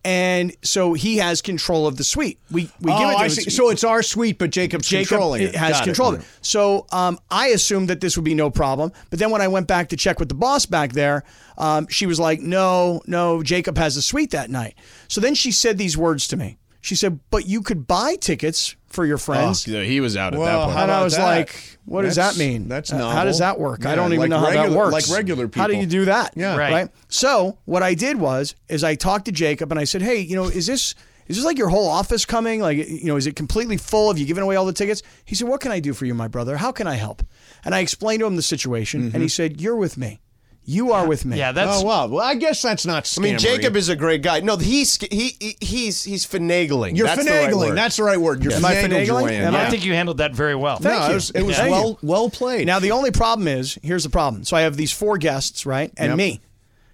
Speaker 5: and so he has control of the suite. We we
Speaker 1: Oh,
Speaker 5: give it. To
Speaker 1: I
Speaker 5: him.
Speaker 1: see. So it's our suite, but Jacob's
Speaker 5: Jacob
Speaker 1: controlling it.
Speaker 5: has
Speaker 1: Got
Speaker 5: control of it. So um, I assumed that this would be no problem. But then when I went back to check with the boss back there, um, she was like, no, no, Jacob has a suite that night. So then she said these words to me. She said, but you could buy tickets for your friends.
Speaker 1: Oh,
Speaker 3: he was out at
Speaker 1: Well, how
Speaker 5: and I
Speaker 1: about
Speaker 5: Oh, was
Speaker 1: that?
Speaker 5: like, what does
Speaker 1: That's-
Speaker 5: that mean?
Speaker 1: that's
Speaker 5: Uh, How
Speaker 1: novel.
Speaker 5: does that work? I
Speaker 1: Yeah,
Speaker 5: don't even
Speaker 1: like
Speaker 5: know how that
Speaker 1: regular-
Speaker 5: works.
Speaker 1: like regular
Speaker 5: How do
Speaker 1: people.
Speaker 5: you do that?
Speaker 1: Yeah.
Speaker 4: Right.
Speaker 5: So what I did was, is I talked to Jacob and I said, hey, you know, is this is this like your whole office coming? Like, you know, is it completely full? Have you given away all the tickets? He said,
Speaker 1: Mm-hmm.
Speaker 5: what can I do for you, my brother? How can I help? And I explained to him the situation, and he said, you're with me. You are with me.
Speaker 4: Yeah, that's
Speaker 1: oh wow. Well, I guess that's not. Scammery.
Speaker 3: I mean, Jacob is a great guy. No, he's he, he he's he's finagling.
Speaker 1: You're
Speaker 3: That's the right
Speaker 1: finagling.
Speaker 3: word.
Speaker 1: that's the right word. You're
Speaker 5: Am I
Speaker 1: finagled your
Speaker 5: finagling?
Speaker 1: way in.
Speaker 5: Am
Speaker 4: Yeah,
Speaker 1: Yeah.
Speaker 4: I think you handled that very well.
Speaker 5: Thank
Speaker 1: No,
Speaker 5: you.
Speaker 1: it was, it was
Speaker 5: Thank you.
Speaker 1: well well played.
Speaker 5: Now the only problem is here's the problem. So I have these four guests, right, and
Speaker 1: Yep.
Speaker 5: me,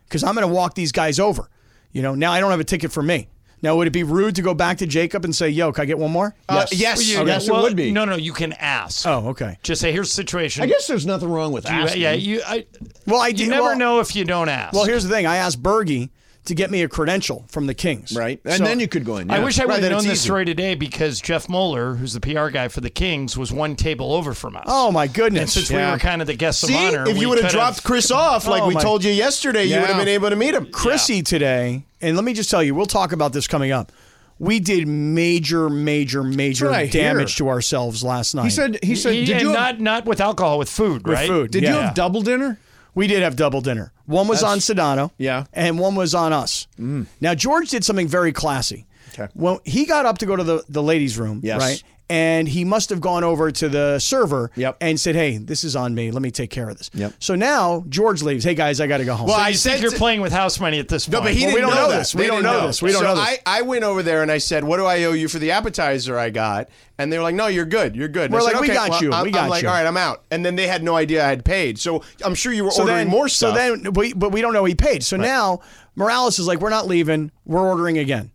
Speaker 5: because I'm going to walk these guys over. You know, now I don't have a ticket for me. Now would it be rude to go back to Jacob and say, "Yo, can I get one more?"
Speaker 1: Uh, yes,
Speaker 4: Well, you-
Speaker 1: yes,
Speaker 4: well,
Speaker 1: it would be.
Speaker 4: No, no, you can ask.
Speaker 5: oh, okay.
Speaker 4: Just say, here's the situation.
Speaker 1: I guess there's nothing wrong with
Speaker 4: You,
Speaker 1: asking.
Speaker 4: yeah, you. I,
Speaker 5: Well, I
Speaker 4: you
Speaker 5: did-
Speaker 4: never
Speaker 5: well-
Speaker 4: know if you don't ask.
Speaker 5: Well, here's the thing. I asked Bergie to get me a credential from the Kings.
Speaker 1: right, and
Speaker 5: So-
Speaker 1: then you could go in.
Speaker 4: I
Speaker 1: yeah.
Speaker 4: wish I would
Speaker 1: Right,
Speaker 4: have
Speaker 1: then
Speaker 4: known
Speaker 1: it's
Speaker 4: this
Speaker 1: easy.
Speaker 4: story today because Jeff Moeller, who's the PR guy for the Kings, was one table over from us.
Speaker 5: Oh my
Speaker 4: and
Speaker 5: goodness.
Speaker 4: since we
Speaker 1: yeah.
Speaker 4: were kind of the guests
Speaker 3: See,
Speaker 4: of honor,
Speaker 3: if
Speaker 4: we
Speaker 3: you would have
Speaker 4: could've-
Speaker 3: dropped Chris off like
Speaker 5: Oh,
Speaker 3: we
Speaker 5: my-
Speaker 3: told you yesterday, you would have
Speaker 1: Yeah.
Speaker 3: been able to meet him.
Speaker 5: Chrissy today, and let me just tell you, we'll talk about this coming up. We did major, major, major
Speaker 1: what I
Speaker 5: damage
Speaker 1: hear.
Speaker 5: to ourselves last night.
Speaker 1: He said. He said.
Speaker 4: He-
Speaker 1: did
Speaker 4: and
Speaker 1: you
Speaker 4: not
Speaker 1: have,
Speaker 4: not with alcohol, with food, right?
Speaker 5: food.
Speaker 1: did you
Speaker 5: Yeah.
Speaker 1: have double dinner?
Speaker 5: We did have double dinner. One was on Sedano,
Speaker 1: yeah. Mm.
Speaker 5: and one was on us. Now George did something very classy.
Speaker 1: Okay.
Speaker 5: Well, he got up to go to the the ladies' room,
Speaker 1: Yes.
Speaker 5: right? And he must have gone over to the server
Speaker 1: Yep.
Speaker 5: and said, "Hey, this is on me. Let me take care of this."
Speaker 1: Yep.
Speaker 5: So now George leaves. Hey guys, I got to go home.
Speaker 3: Well,
Speaker 4: So
Speaker 3: I
Speaker 4: you
Speaker 3: said
Speaker 4: think you're
Speaker 3: to-
Speaker 4: playing with house money at this point.
Speaker 3: No, but he
Speaker 5: Well, we
Speaker 3: didn't
Speaker 5: don't
Speaker 3: know,
Speaker 5: know
Speaker 3: that.
Speaker 5: this. We
Speaker 3: They
Speaker 5: don't
Speaker 3: didn't
Speaker 5: know this. We don't
Speaker 3: so
Speaker 5: know this.
Speaker 3: I, I went over there and I said, "What do I owe you for the appetizer I got?" And they were like, "No, you're good. You're good." And
Speaker 5: We're
Speaker 3: I said,
Speaker 5: like, "We
Speaker 3: "Okay,
Speaker 5: got
Speaker 3: well,
Speaker 5: you.
Speaker 3: I'm,
Speaker 5: We got
Speaker 3: I'm like,
Speaker 5: you."
Speaker 3: "All right, I'm out." And then they had no idea I had paid. So I'm sure you were ordering
Speaker 5: then,
Speaker 3: more stuff.
Speaker 5: So then, we, but we don't know he paid. So now Morales is like, "We're not leaving. We're ordering again."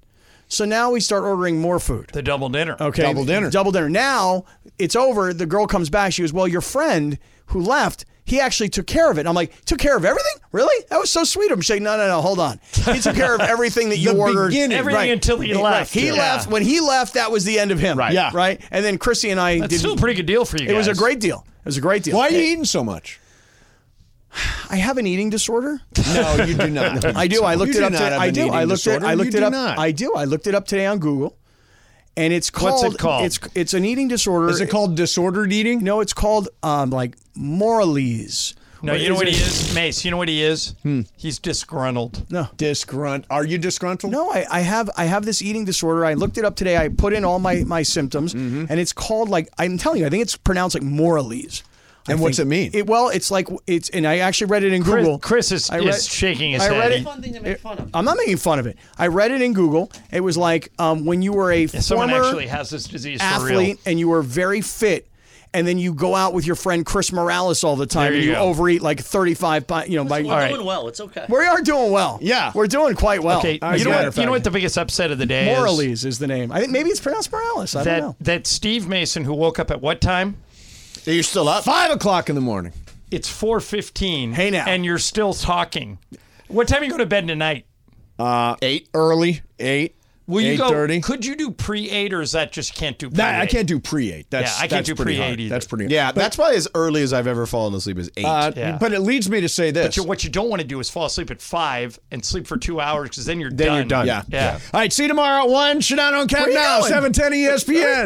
Speaker 5: So now we start ordering more food.
Speaker 4: the double dinner.
Speaker 5: Okay.
Speaker 1: Double dinner.
Speaker 5: Double dinner. Now it's over. The girl comes back. She goes, Well, your friend who left, he actually took care of it. And I'm like, Took care of everything? Really? That was so sweet. I'm saying, No, no, no, hold on. He took care of everything that you
Speaker 1: The
Speaker 5: ordered.
Speaker 1: beginning.
Speaker 4: Everything until he
Speaker 5: Right.
Speaker 4: left.
Speaker 5: He
Speaker 4: Yeah.
Speaker 5: left. When he left, that was the end of him. Right.
Speaker 1: Yeah.
Speaker 5: Right. And then Chrissy and I
Speaker 4: That's
Speaker 5: did
Speaker 4: still a pretty good deal for you.
Speaker 5: It was a
Speaker 4: guys.
Speaker 5: great deal. It was a great deal.
Speaker 1: Why are you eating so much?
Speaker 5: I have an eating disorder.
Speaker 1: No, you do not.
Speaker 5: I do. I looked
Speaker 1: You
Speaker 5: it
Speaker 1: do
Speaker 5: up.
Speaker 1: not
Speaker 5: today.
Speaker 1: have
Speaker 5: I
Speaker 1: an
Speaker 5: do. I
Speaker 1: eating
Speaker 5: looked it.
Speaker 1: disorder.
Speaker 5: I
Speaker 1: You
Speaker 5: looked
Speaker 1: do
Speaker 5: it up.
Speaker 1: not.
Speaker 5: I do. I looked it up today on Google, and it's called.
Speaker 4: What's it called?
Speaker 5: It's it's an eating disorder.
Speaker 1: Is it called disordered eating?
Speaker 5: No, it's called um, like Morales.
Speaker 4: No, you know what he is, Mace. You know what he is? He's disgruntled.
Speaker 1: Disgrunt. Are you disgruntled?
Speaker 5: No, I, I have I have this eating disorder. I looked it up today. I put in all my my symptoms,
Speaker 4: Mm-hmm.
Speaker 5: and it's called like I'm telling you. I think it's pronounced like Morales. I
Speaker 1: And what's
Speaker 5: think.
Speaker 1: it mean?
Speaker 5: It well, it's like it's and I actually read it in
Speaker 4: Chris,
Speaker 5: Google.
Speaker 4: Chris is,
Speaker 5: I read-
Speaker 4: is shaking his
Speaker 5: I
Speaker 4: head.
Speaker 5: read
Speaker 4: He-
Speaker 5: it.
Speaker 2: Fun thing to make fun of.
Speaker 5: I'm not making fun of it. I read it in Google. It was like um, when you were a
Speaker 4: Someone
Speaker 5: former
Speaker 4: actually has this disease for real.
Speaker 5: athlete and you were very fit and then you go out with your friend Chris Morales all the time
Speaker 4: There
Speaker 5: and
Speaker 4: you
Speaker 5: you
Speaker 4: go.
Speaker 5: overeat like 35 pi- you know by,
Speaker 2: We're doing well. It's okay.
Speaker 5: we are doing well
Speaker 1: Yeah.
Speaker 5: we're doing quite well
Speaker 4: Okay,
Speaker 1: As
Speaker 4: you
Speaker 1: a
Speaker 4: know,
Speaker 1: matter
Speaker 4: what,
Speaker 1: of
Speaker 4: you know
Speaker 1: fact.
Speaker 4: what the biggest upset of the day is?
Speaker 5: Morales is the name I think maybe it's pronounced Morales I
Speaker 4: That
Speaker 5: don't know
Speaker 4: that Steve Mason who woke up at what time?
Speaker 3: you're still up.
Speaker 1: Five o'clock in the morning.
Speaker 4: It's four fifteen.
Speaker 5: Hey, now.
Speaker 4: and you're still talking. What time you go to bed tonight?
Speaker 1: Eight early. Eight.
Speaker 4: Will you
Speaker 1: eight
Speaker 4: go?
Speaker 1: thirty.
Speaker 4: Could you do pre eight or is that just can't do? Pre
Speaker 1: That I can't do pre eight. That's
Speaker 4: Yeah, I can't
Speaker 1: that's
Speaker 4: do
Speaker 1: pretty
Speaker 4: pre-eight
Speaker 1: hard.
Speaker 4: either.
Speaker 1: That's pretty.
Speaker 3: Yeah, that's probably as early as I've ever fallen asleep is eight.
Speaker 1: Uh,
Speaker 4: Yeah.
Speaker 1: But it leads me to say this.
Speaker 4: What you don't want to do is fall asleep at five and sleep for two hours because then you're
Speaker 3: Then
Speaker 4: done.
Speaker 3: you're done.
Speaker 1: yeah.
Speaker 4: Yeah.
Speaker 1: All right. See you tomorrow at one. Shadano and Cat
Speaker 5: you
Speaker 1: now.
Speaker 5: going?
Speaker 1: Seven ten E ESPN.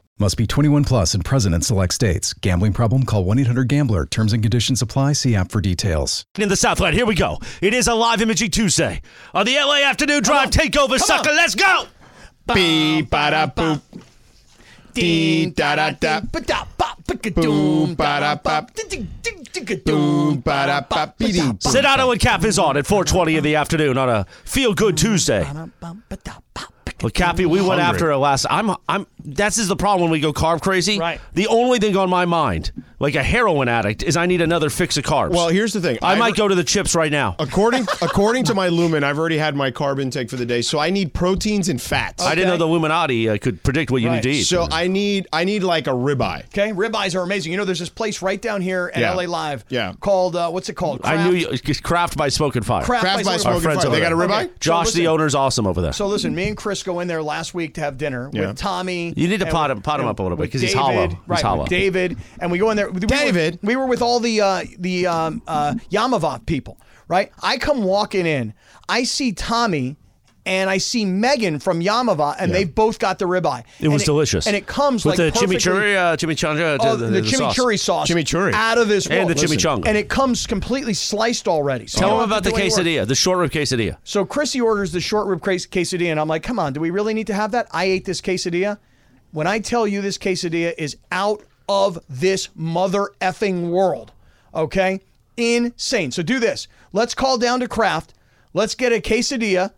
Speaker 6: Must be 21 plus and present in select states. Gambling problem? Call 1 800 Gambler. Terms and conditions apply. See app for details.
Speaker 7: in the Southland. Here we go. It is a live imaging Tuesday on the LA Afternoon Drive Takeover Sucker. Let's go.
Speaker 3: Beep, ba-da, boop. Dee, da-da-da. Boom, ba-da-bop. Boom, ba-da-bop. Be-dee.
Speaker 7: Sedano and Cap is on at 4:20 in the afternoon on a Feel Good Tuesday. Well, Cappy, we went after it last. I'm, I'm. That's is the problem when we go carb crazy.
Speaker 4: Right.
Speaker 7: The only thing on my mind like a heroin addict is I need another fix of carbs.
Speaker 3: Well, here's the thing.
Speaker 7: I,
Speaker 3: I've-
Speaker 7: might go to the chips right now.
Speaker 3: According according to my lumen, I've already had my carb intake for the day, so I need proteins and fats.
Speaker 7: I didn't know the Illuminati uh, could predict what you need to eat.
Speaker 3: So I need I need like a ribeye.
Speaker 5: Okay, ribeyes are amazing. You know, there's this place right down here at
Speaker 3: Yeah.
Speaker 5: LA Live.
Speaker 3: Yeah.
Speaker 5: Called uh, what's it called?
Speaker 7: I knew you, craft by smoking fire.
Speaker 5: Craft,
Speaker 3: Craft by
Speaker 5: by
Speaker 3: Smoking
Speaker 5: Smoking
Speaker 7: Our friends
Speaker 3: Fire.
Speaker 7: over
Speaker 3: They got a
Speaker 7: there.
Speaker 3: ribeye?
Speaker 5: Okay.
Speaker 7: Josh,
Speaker 5: So
Speaker 7: the
Speaker 5: listen-
Speaker 7: owner's awesome over there.
Speaker 5: So listen, me and Chris go in there last week to have dinner
Speaker 3: Yeah.
Speaker 5: with Tommy.
Speaker 7: You need to
Speaker 5: and
Speaker 7: pot
Speaker 5: with-
Speaker 7: him- pot him
Speaker 5: and
Speaker 7: up a little bit,
Speaker 5: with
Speaker 7: 'cause he's
Speaker 5: David.
Speaker 7: hollow. He's
Speaker 5: Right, with
Speaker 7: hollow.
Speaker 5: David, and we go in there. We were-
Speaker 3: David.
Speaker 5: we were with all the uh, the um, uh, Yamava people, right? I come walking in, I see Tommy. And I see Megan from Yamava, and they've both got the ribeye.
Speaker 7: it was
Speaker 5: and
Speaker 7: delicious.
Speaker 5: And it comes
Speaker 7: with
Speaker 5: like
Speaker 7: the
Speaker 5: perfectly-
Speaker 7: chimichurri, uh, chimichanga,
Speaker 5: Oh,
Speaker 7: the,
Speaker 5: the,
Speaker 7: the, the sauce.
Speaker 5: chimichurri sauce.
Speaker 3: Chimichurri.
Speaker 5: Out of this
Speaker 7: And
Speaker 5: world.
Speaker 7: the chimichanga.
Speaker 5: And it comes completely sliced already. So you
Speaker 7: Tell
Speaker 5: don't
Speaker 7: him
Speaker 5: have
Speaker 7: about
Speaker 5: to
Speaker 7: the
Speaker 5: do any work.
Speaker 7: quesadilla, the short rib quesadilla.
Speaker 5: So Chrissy orders the short rib ques- quesadilla, and I'm like, come on, do we really need to have that? I ate this quesadilla. When I tell you this quesadilla is out of this mother effing world, okay? Insane. So do this. Let's call down to Kraft. Let's get a quesadilla,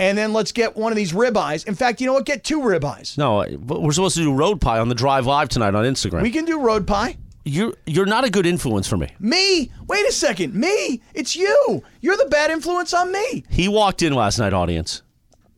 Speaker 5: and then let's get one of these ribeyes. In fact, you know what? Get two ribeyes.
Speaker 7: No, I- but we're supposed to do road pie on the drive live tonight on Instagram.
Speaker 5: We can do road pie.
Speaker 7: you're you're not a good influence for me.
Speaker 5: Me? Wait a second. Me? It's you. You're the bad influence on me.
Speaker 7: He walked in last night, audience.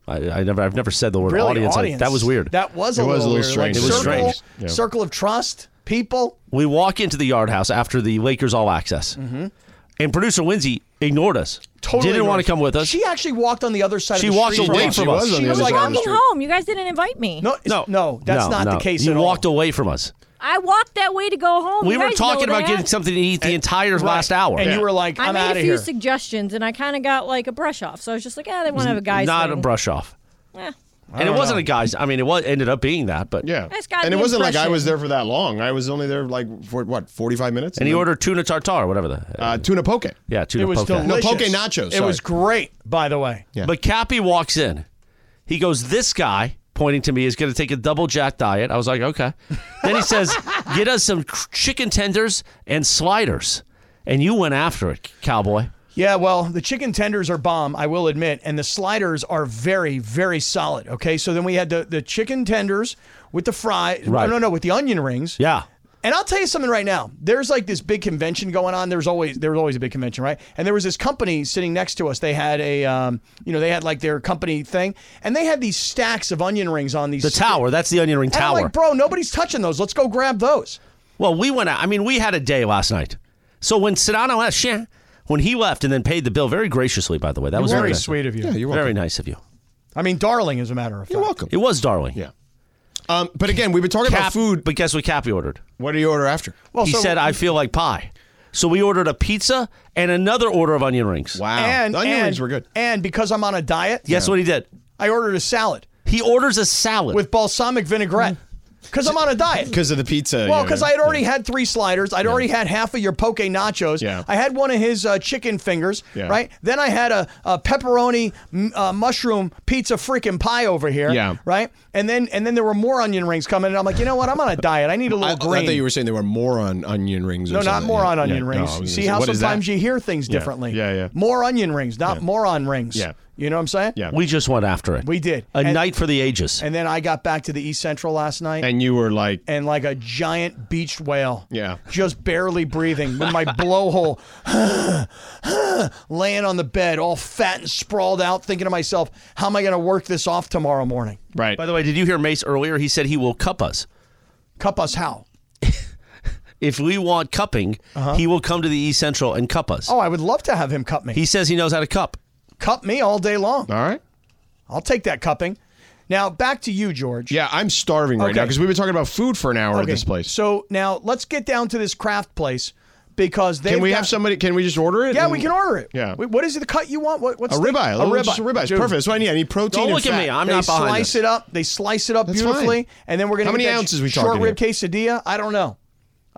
Speaker 7: I, I never I've never said the word
Speaker 5: Really,
Speaker 7: audience. I-
Speaker 5: audience.
Speaker 7: that was weird.
Speaker 5: That was a,
Speaker 3: It was
Speaker 5: little,
Speaker 3: a little
Speaker 5: weird.
Speaker 3: strange.
Speaker 7: It
Speaker 5: Like,
Speaker 7: was
Speaker 5: circle,
Speaker 7: strange.
Speaker 3: Yeah.
Speaker 5: circle of trust, people.
Speaker 7: we walk into the yard house after the Lakers All Access, and producer Lindsay ignored us.
Speaker 5: Mm-hmm. Totally
Speaker 7: didn't want
Speaker 5: ignored.
Speaker 7: to come with us.
Speaker 5: She actually walked on the other side.
Speaker 7: She
Speaker 5: of the
Speaker 7: walked
Speaker 5: street
Speaker 7: away
Speaker 5: us.
Speaker 7: from She us. was
Speaker 3: on the
Speaker 5: She was
Speaker 3: other
Speaker 5: like,
Speaker 3: side
Speaker 5: I'm
Speaker 3: of the street.
Speaker 2: home. You guys didn't invite me.
Speaker 5: No, it's- no, that's
Speaker 7: No,
Speaker 5: not
Speaker 7: no.
Speaker 5: the case
Speaker 7: You
Speaker 5: at
Speaker 7: walked
Speaker 5: all.
Speaker 7: away from us.
Speaker 2: I walked that way to go home.
Speaker 7: We
Speaker 2: You
Speaker 7: were
Speaker 2: guys
Speaker 7: talking
Speaker 2: know
Speaker 7: about
Speaker 2: that.
Speaker 7: getting something to eat the entire
Speaker 5: Right.
Speaker 7: last hour.
Speaker 5: and you were like,
Speaker 2: I
Speaker 5: I'm
Speaker 2: made
Speaker 5: out
Speaker 2: a
Speaker 5: of
Speaker 2: few
Speaker 5: here.
Speaker 2: suggestions, and I kind of got like a brush off. So I was just like, yeah, they want to have a guy's
Speaker 7: not
Speaker 2: thing.
Speaker 7: a brush off.
Speaker 2: Eh.
Speaker 7: And it wasn't a guy's. I mean, it was ended up being that, but
Speaker 3: Yeah.
Speaker 2: That's got
Speaker 3: and
Speaker 2: the
Speaker 3: it wasn't like I
Speaker 2: impression.
Speaker 3: was there for that long. I was only there like for what, 45 minutes?
Speaker 7: And he
Speaker 3: then,
Speaker 7: ordered tuna tartare, whatever the
Speaker 3: uh, tuna poke.
Speaker 7: yeah tuna.
Speaker 5: It was
Speaker 7: poke.
Speaker 5: delicious.
Speaker 3: poke nachos,
Speaker 5: It was great, by the way.
Speaker 3: Yeah.
Speaker 7: But Cappy walks in. He goes, This guy, pointing to me, is going to take a double jack diet. I was like, Okay. Then he says, Get us some cr- chicken tenders and sliders. And you went after it, cowboy.
Speaker 5: Yeah, well, the chicken tenders are bomb, I will admit, and the sliders are very, very solid. Okay, so then we had the, the chicken tenders with the fry.
Speaker 7: Right.
Speaker 5: No, no, no, with the onion rings.
Speaker 7: Yeah.
Speaker 5: And I'll tell you something right now. There's like this big convention going on. There's always there was always a big convention, right? And there was this company sitting next to us. They had a, um, you know, they had like their company thing, and they had these stacks of onion rings on these.
Speaker 7: The tower. That's the onion ring
Speaker 5: And I'm
Speaker 7: tower.
Speaker 5: like, bro, nobody's touching those. Let's go grab those.
Speaker 7: well, we went out. I mean, we had a day last night. So when Sedano left, sheh, when he left and then paid the bill very graciously, by the way, that was very
Speaker 5: Very
Speaker 7: nice.
Speaker 5: sweet of you.
Speaker 7: You're very nice of you.
Speaker 5: I mean, darling, as a matter of fact.
Speaker 3: You're welcome.
Speaker 7: It was darling.
Speaker 3: Yeah. Um, but again, we've been talking
Speaker 7: Cap,
Speaker 3: about food.
Speaker 7: But guess what Cappy ordered?
Speaker 3: What do you order after?
Speaker 5: Well,
Speaker 7: he
Speaker 5: Oh, so-
Speaker 7: said, I feel like pie. So we ordered a pizza and another order of onion rings.
Speaker 3: Wow.
Speaker 5: and
Speaker 3: the onion
Speaker 5: and-
Speaker 3: rings were good.
Speaker 5: And because I'm on a diet,
Speaker 7: Guess what he did?
Speaker 5: I ordered a salad
Speaker 7: He orders a salad.
Speaker 5: with balsamic
Speaker 3: Mm.
Speaker 5: vinaigrette because I'm on a diet.
Speaker 3: Because of the pizza.
Speaker 5: Well,
Speaker 3: yeah,
Speaker 5: because
Speaker 3: yeah.
Speaker 5: I had already had three sliders. I'd already had half of your poke nachos.
Speaker 3: Yeah.
Speaker 5: I had one of his uh, chicken fingers,
Speaker 3: Yeah.
Speaker 5: right? Then I had a, a pepperoni m- uh, mushroom pizza freaking pie over here,
Speaker 3: Yeah.
Speaker 5: right? And then and then there were more onion rings coming, and I'm like, you know what? I'm on a diet. I need a
Speaker 3: I,
Speaker 5: little
Speaker 3: I
Speaker 5: green.
Speaker 3: thought you were saying there were more on onion rings. Or
Speaker 5: no, not
Speaker 3: something.
Speaker 5: more
Speaker 3: Yeah.
Speaker 5: on onion
Speaker 3: Yeah. No, I
Speaker 5: rings.
Speaker 3: was gonna
Speaker 5: See
Speaker 3: say,
Speaker 5: how
Speaker 3: what is
Speaker 5: sometimes
Speaker 3: that?
Speaker 5: you hear things differently.
Speaker 3: Yeah, yeah.
Speaker 5: More onion rings, not more on rings.
Speaker 3: Yeah.
Speaker 5: You know what I'm saying?
Speaker 3: Yeah.
Speaker 7: we just went after it.
Speaker 5: We did.
Speaker 7: A
Speaker 5: And-
Speaker 7: night for the ages.
Speaker 5: And then I got back to the East Central last night.
Speaker 3: And you were like,
Speaker 5: and like a giant beached whale.
Speaker 3: Yeah.
Speaker 5: Just barely breathing with my blowhole laying on the bed, all fat and sprawled out, thinking to myself, how am I going to work this off tomorrow morning?
Speaker 3: right.
Speaker 7: By the way, did you hear Mace earlier? He said he will cup us.
Speaker 5: Cup us how?
Speaker 7: If we want cupping, he will come to the East Central and cup us.
Speaker 5: Uh-huh. Oh, I would love to have him cup me.
Speaker 7: He says he knows how to cup.
Speaker 5: cup me all day long.
Speaker 3: All right.
Speaker 5: I'll take that cupping. Now, back to you, George.
Speaker 3: Yeah, I'm starving right
Speaker 5: Okay.
Speaker 3: now because we've been talking about food for an hour at this place.
Speaker 5: So now let's get down to this craft place because they
Speaker 3: can we have somebody? Can we just order it?
Speaker 5: Yeah,
Speaker 3: and-
Speaker 5: we can order it.
Speaker 3: Yeah.
Speaker 5: Wait, what is it, the cut you want? What, what's
Speaker 3: A
Speaker 5: the-
Speaker 3: ribeye.
Speaker 5: A ribeye.
Speaker 3: Just a ribeye. It's
Speaker 5: Dude.
Speaker 3: perfect. That's what I need. I need protein.
Speaker 7: Don't
Speaker 3: and
Speaker 7: look at
Speaker 3: fat.
Speaker 7: me. I'm
Speaker 5: they
Speaker 7: not behind
Speaker 5: slice
Speaker 7: this.
Speaker 5: it up. They slice it up
Speaker 3: That's
Speaker 5: beautifully,
Speaker 3: fine.
Speaker 5: and then we're gonna
Speaker 3: How
Speaker 5: get
Speaker 3: many
Speaker 5: that
Speaker 3: ounces we
Speaker 5: short
Speaker 3: talking
Speaker 5: rib quesadilla. I don't know.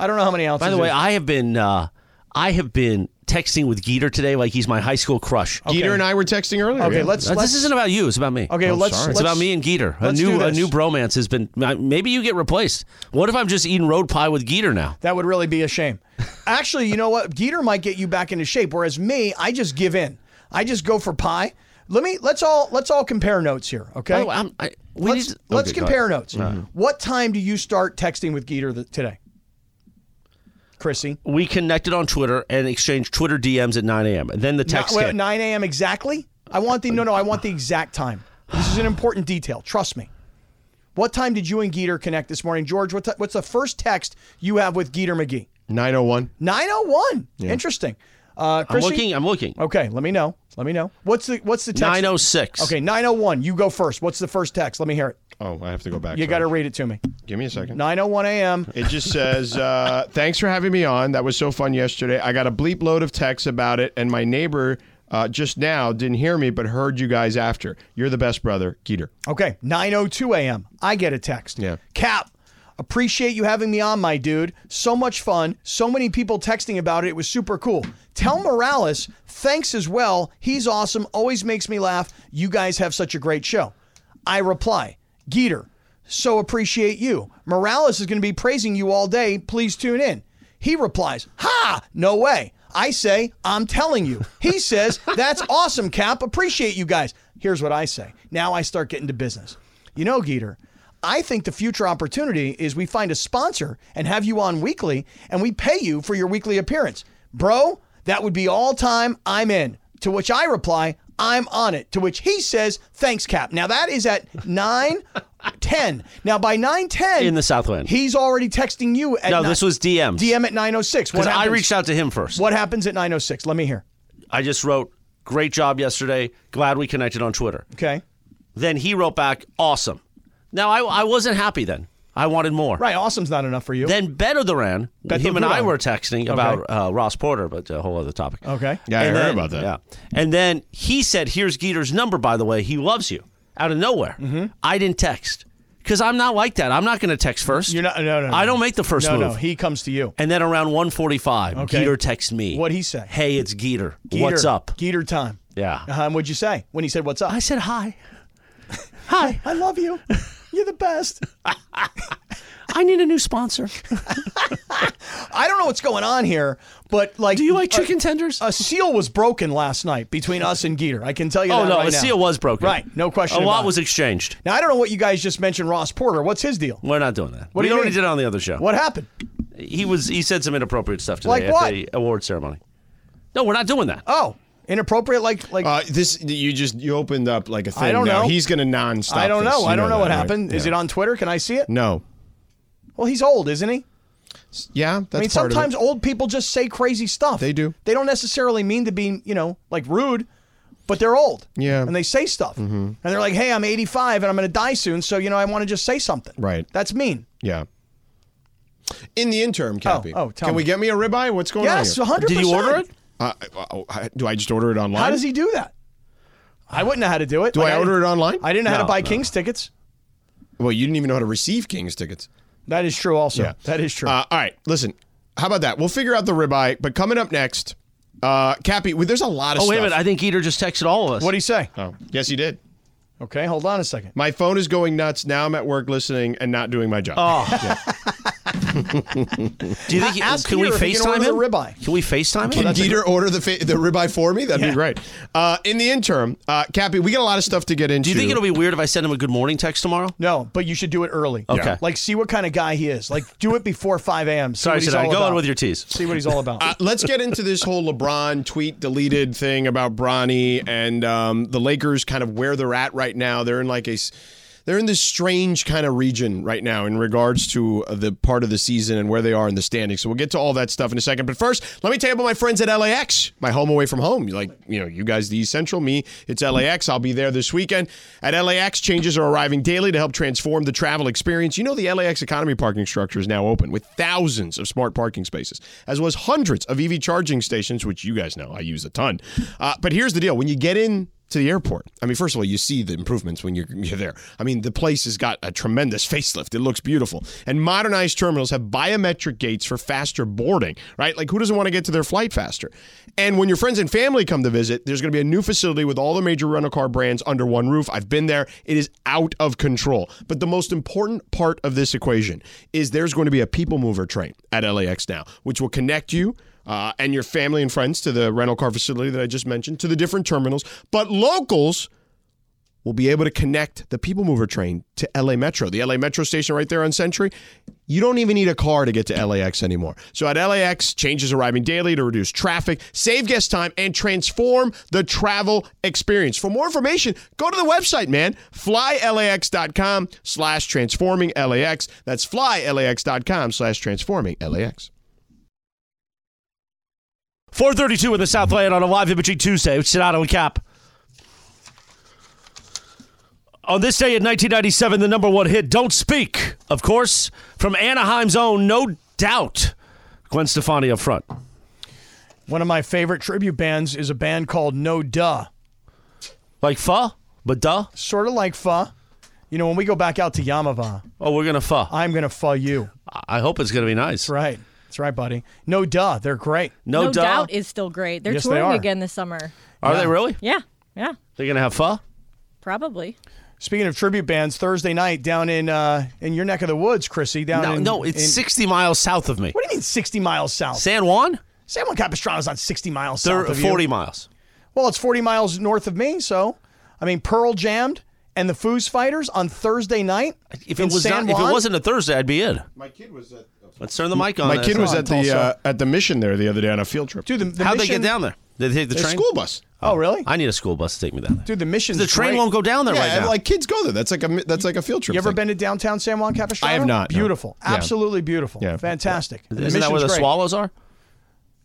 Speaker 5: I don't know how many ounces.
Speaker 7: By the way,
Speaker 5: it is.
Speaker 7: I have been uh, I have been texting with Geeter today like he's my high school crush.
Speaker 3: Geeter and I were texting earlier.
Speaker 5: okay,
Speaker 3: yeah.
Speaker 5: let's,
Speaker 7: Uh,
Speaker 5: Oh, let's
Speaker 7: this isn't about you. It's about me.
Speaker 5: okay. let's,
Speaker 3: sorry.
Speaker 7: It's
Speaker 5: let's-
Speaker 7: about me and Geeter. A
Speaker 5: let's do
Speaker 7: new a
Speaker 5: this.
Speaker 7: new bromance has been. Maybe you get replaced. What if I'm just eating road pie with Geeter now?
Speaker 5: That would really be a shame. Actually, you know what? Geeter might get you back into shape, whereas me, I just give in. I just go for pie. Let me let's all let's all compare notes here. Okay.
Speaker 7: By the way, Oh, I'm, I, we
Speaker 5: let's
Speaker 7: need to-
Speaker 5: let's
Speaker 7: Okay, go
Speaker 5: compare
Speaker 7: ahead.
Speaker 5: notes. What time do you start texting with Geeter th- today? Chrissy.
Speaker 7: We connected on Twitter and exchanged Twitter DMs at 9 a.m. And then the text
Speaker 5: Not-
Speaker 7: hit.
Speaker 5: 9 a.m. exactly? I want the no, no. I want the exact time. This is an important detail. Trust me. What time did you and Geeter connect this morning, George? What ti- what's the first text you have with Geeter McGee?
Speaker 3: 901.
Speaker 5: 901. Interesting. Uh,
Speaker 7: I'm
Speaker 5: Chrissy?
Speaker 7: looking. I'm looking.
Speaker 5: Okay, let me know. Let me know. What's the what's the text?
Speaker 7: 906.
Speaker 5: Okay, 901. You go first. What's the first text? Let me hear it.
Speaker 3: Oh, I have to go back.
Speaker 5: You
Speaker 3: sorry.
Speaker 5: got to read it to me.
Speaker 3: Give me a second.
Speaker 5: 901 a.m.
Speaker 3: It just says, uh, thanks for having me on. That was so fun yesterday. I got a bleep load of texts about it, and my neighbor uh, just now didn't hear me but heard you guys after. You're the best brother, Geeter.
Speaker 5: Okay, 9:02 a.m. I get a text.
Speaker 3: Yeah.
Speaker 5: Cap, appreciate you having me on, my dude. So much fun. So many people texting about it. It was super cool. Tell Morales, thanks as well. He's awesome. Always makes me laugh. You guys have such a great show. I reply, Geeter, so appreciate you. Morales is going to be praising you all day. Please tune in. He replies, Ha! No way. I say, I'm telling you. He says, That's awesome, Cap. Appreciate you guys. Here's what I say. Now I start getting to business. You know, Geeter, I think the future opportunity is we find a sponsor and have you on weekly and we pay you for your weekly appearance. Bro, that would be all time. I'm in. To which I reply, I'm on it. To which he says, thanks, Cap. Now that is at 9 10. Now by 9 10,
Speaker 7: In the Southland.
Speaker 5: he's already texting you at
Speaker 7: No,
Speaker 5: ni-
Speaker 7: this was DMs.
Speaker 5: DM at 906. What
Speaker 7: Because I
Speaker 5: happens-
Speaker 7: reached out to him first.
Speaker 5: What happens at 906? Let me hear.
Speaker 7: I just wrote, great job yesterday. Glad we connected on Twitter.
Speaker 5: Okay.
Speaker 7: Then he wrote back, awesome. Now, I, I wasn't happy then. I wanted more.
Speaker 5: Right. Awesome's not enough for you.
Speaker 7: Then Beto Duran,
Speaker 5: Beto
Speaker 7: him and I
Speaker 5: Duran.
Speaker 7: were texting about uh, Ross Porter, but a whole other topic.
Speaker 5: okay.
Speaker 3: Yeah, I
Speaker 7: And
Speaker 3: heard
Speaker 7: then-
Speaker 3: about that.
Speaker 7: Yeah. And then he said, here's Geeter's number, by the way. He loves you. Out of nowhere.
Speaker 5: Mm-hmm.
Speaker 7: I didn't text. Because I'm not like that. I'm not going to text first.
Speaker 5: You're not, no, no, no.
Speaker 7: I don't make the first
Speaker 5: no,
Speaker 7: move.
Speaker 5: No, He comes to you.
Speaker 7: and then around 145,
Speaker 5: Okay.
Speaker 7: Geeter texts me.
Speaker 5: What'd he say?
Speaker 7: Hey, it's Geeter.
Speaker 5: Geeter,
Speaker 7: What's up?
Speaker 5: Geeter time.
Speaker 7: Yeah.
Speaker 5: Uh-huh. And what'd you say when he said, What's up?
Speaker 7: I said hi. hi.
Speaker 5: I love you. You're the best.
Speaker 7: I need a new sponsor.
Speaker 5: I don't know what's going on here, but like,
Speaker 7: Do you like
Speaker 5: a-
Speaker 7: chicken tenders?
Speaker 5: A, seal was broken last night between us and Geeter. I can tell you.
Speaker 7: oh,
Speaker 5: that
Speaker 7: no.
Speaker 5: right
Speaker 7: the
Speaker 5: now.
Speaker 7: seal was broken.
Speaker 5: Right, no question
Speaker 7: A lot
Speaker 5: about
Speaker 7: was
Speaker 5: it.
Speaker 7: exchanged.
Speaker 5: Now I don't know what you guys just mentioned. Ross Porter. What's his deal?
Speaker 7: We're not doing that.
Speaker 5: What do
Speaker 7: we
Speaker 5: you
Speaker 7: already
Speaker 5: mean?
Speaker 7: did it on the other show.
Speaker 5: What happened?
Speaker 7: He was he said some inappropriate stuff today
Speaker 5: Like
Speaker 7: at
Speaker 5: what?
Speaker 7: the award ceremony. No, we're not doing that.
Speaker 5: Oh, inappropriate. Like, like
Speaker 3: Uh, this you just you opened up like a thing.
Speaker 5: I don't
Speaker 3: now.
Speaker 5: know.
Speaker 3: He's gonna nonstop.
Speaker 5: I don't
Speaker 3: this.
Speaker 5: know.
Speaker 3: You
Speaker 5: I don't know, what
Speaker 3: that, right?
Speaker 5: happened. Is
Speaker 3: Yeah.
Speaker 5: it on Twitter? Can I see it?
Speaker 3: No.
Speaker 5: Well, he's old, isn't he?
Speaker 3: Yeah, that's
Speaker 5: I mean,
Speaker 3: part
Speaker 5: sometimes
Speaker 3: of
Speaker 5: old people just say crazy stuff.
Speaker 3: They do.
Speaker 5: They don't necessarily mean to be, you know, like rude, but they're old.
Speaker 3: Yeah. Mm-hmm.
Speaker 5: And they say stuff. And they're like, hey, I'm 85 and I'm going to die soon. So, you know, I want to just say something.
Speaker 3: Right.
Speaker 5: That's mean.
Speaker 3: it. Yeah. In the interim, Cappy.
Speaker 5: oh, tell
Speaker 3: can we
Speaker 5: me.
Speaker 3: get me a ribeye? What's going
Speaker 5: Yes,
Speaker 3: on?
Speaker 5: 100%.
Speaker 7: Did you order it?
Speaker 3: Yes. Uh, uh, do I just order it online?
Speaker 5: How does he do that? I wouldn't know how to do it.
Speaker 3: Do I order it online?
Speaker 5: I didn't know how to
Speaker 7: No,
Speaker 5: buy
Speaker 7: no.
Speaker 5: Kings tickets.
Speaker 3: Well, you didn't even know how to receive Kings tickets.
Speaker 5: That is true, also.
Speaker 3: Yeah.
Speaker 5: That is true.
Speaker 3: Uh, all right, listen. How about that? We'll figure out the ribeye. But coming up next, uh, Cappy, well, there's a lot of
Speaker 7: Oh
Speaker 3: stuff.
Speaker 7: wait a minute! I think Eater just texted all of us.
Speaker 5: what do you say?
Speaker 3: oh, yes, he did.
Speaker 5: Okay, hold on a second.
Speaker 3: My phone is going nuts. Now I'm at work listening and not doing my job.
Speaker 7: oh. do you think? He,
Speaker 5: Ask
Speaker 7: can we
Speaker 5: Eater if he can
Speaker 7: FaceTime
Speaker 5: order
Speaker 7: him?
Speaker 5: a ribeye.
Speaker 7: Can we FaceTime him?
Speaker 3: Can Geeter order the fa- the ribeye for me? That'd be
Speaker 5: Yeah.
Speaker 3: great. Uh, in the interim, uh, Cappy, we got a lot of stuff to get into.
Speaker 7: do you think it'll be weird if I send him a good morning text tomorrow?
Speaker 5: No, but you should do it early.
Speaker 7: Okay.
Speaker 5: Like, see what kind of guy he is. Like, do it before 5 a.m. See
Speaker 7: Sorry,
Speaker 5: what he's
Speaker 7: Sinai.
Speaker 5: all
Speaker 7: Go
Speaker 5: about.
Speaker 7: on with your tease.
Speaker 5: See what he's all about.
Speaker 3: Uh, let's get into this whole LeBron tweet deleted thing about Bronny and um, the Lakers, kind of where they're at right now. They're in like a, s- they're in this strange kind of region right now in regards to uh, the part of the season and where they are in the standings. So we'll get to all that stuff in a second. But first, let me tell you about my friends at LAX, my home away from home. Like you know, you guys the East Central, me it's LAX. I'll be there this weekend. At LAX, changes are arriving daily to help transform the travel experience. You know, the LAX economy parking structure is now open with thousands of smart parking spaces, as well as hundreds of EV charging stations, which you guys know I use a ton. Uh, but here's the deal when you get in, to the airport. I mean, first of all, you see the improvements when you're, you're there. I mean, the place has got a tremendous facelift. It looks beautiful. And modernized terminals have biometric gates for faster boarding, right? Like, who doesn't want to get to their flight faster? And when your friends and family come to visit, there's going to be a new facility with all the major rental car brands under one roof. I've been there. It is out of control. But the most important part of this equation is there's going to be a people mover train at LAX now, which will connect you uh, and your family and friends to the rental car facility that I just mentioned, to the different terminals. But locals will be able to connect the People Mover train to LA Metro, the LA Metro station right there on Century. You don't even need a car to get to LAX anymore. So at LAX, changes arriving daily to reduce traffic, save guest time, and transform the travel experience. For more information, go to the website, man. FlyLAX.com slash transforming LAX. That's FlyLAX.com slash transforming LAX.
Speaker 7: 432 in the South Lane on a live imagery Tuesday with Sonato and Cap. On this day in 1997, the number one hit, Don't Speak, of course, from Anaheim's own, no doubt, Gwen Stefani up front.
Speaker 5: One of my favorite tribute bands is a band called No Duh.
Speaker 7: Like pho, but duh.
Speaker 5: Sort of like Pho. You know, when we go back out to Yamava,
Speaker 7: Oh, we're going to pho.
Speaker 5: I'm going to pho you.
Speaker 7: I hope it's going to be nice.
Speaker 5: That's right. That's right, buddy. No Duh. They're great.
Speaker 7: No, duh.
Speaker 2: doubt is still great. They're
Speaker 5: Yes, they
Speaker 2: touring
Speaker 5: are.
Speaker 2: again this summer.
Speaker 7: Are they really?
Speaker 2: Yeah, yeah,
Speaker 7: They're going to have pho?
Speaker 2: probably.
Speaker 5: Speaking of tribute bands, Thursday night down in uh, in your neck of the woods, Chrissy. Down
Speaker 7: No,
Speaker 5: in,
Speaker 7: no, it's
Speaker 5: in-
Speaker 7: 60 miles south of me.
Speaker 5: What do you mean 60 miles south?
Speaker 7: San Juan?
Speaker 5: San Juan Capistrano's not 60 miles
Speaker 7: They're
Speaker 5: south of
Speaker 7: 40
Speaker 5: you.
Speaker 7: miles.
Speaker 5: Well, it's 40 miles north of me, so I mean Pearl Jammed and the Foos Fighters on Thursday night.
Speaker 7: If
Speaker 5: in
Speaker 7: it was
Speaker 5: San
Speaker 7: not, if
Speaker 5: Juan?
Speaker 7: it wasn't a Thursday, I'd be in. My kid was at. Let's turn the mic on.
Speaker 3: My
Speaker 7: That's
Speaker 3: kid was
Speaker 7: all.
Speaker 3: at the uh, at the mission there the other day on a field trip.
Speaker 5: Dude, the, the
Speaker 7: How'd they
Speaker 5: mission-
Speaker 7: get down there? Did they take the
Speaker 3: a
Speaker 7: train?
Speaker 3: school bus.
Speaker 5: Oh, really?
Speaker 7: I need a school bus to take me down there.
Speaker 5: Dude, the mission's
Speaker 7: the train
Speaker 5: great.
Speaker 7: won't go down there
Speaker 3: Yeah,
Speaker 7: right now.
Speaker 3: like kids go there. That's like a mi- that's like a field trip.
Speaker 5: You ever
Speaker 3: thing.
Speaker 5: been to downtown San Juan Capistrano?
Speaker 3: I have not, no.
Speaker 5: Beautiful.
Speaker 3: Yeah.
Speaker 5: Absolutely beautiful.
Speaker 3: Yeah.
Speaker 5: Fantastic. The
Speaker 7: Isn't that where
Speaker 5: mission's
Speaker 7: the
Speaker 5: great.
Speaker 7: swallows are?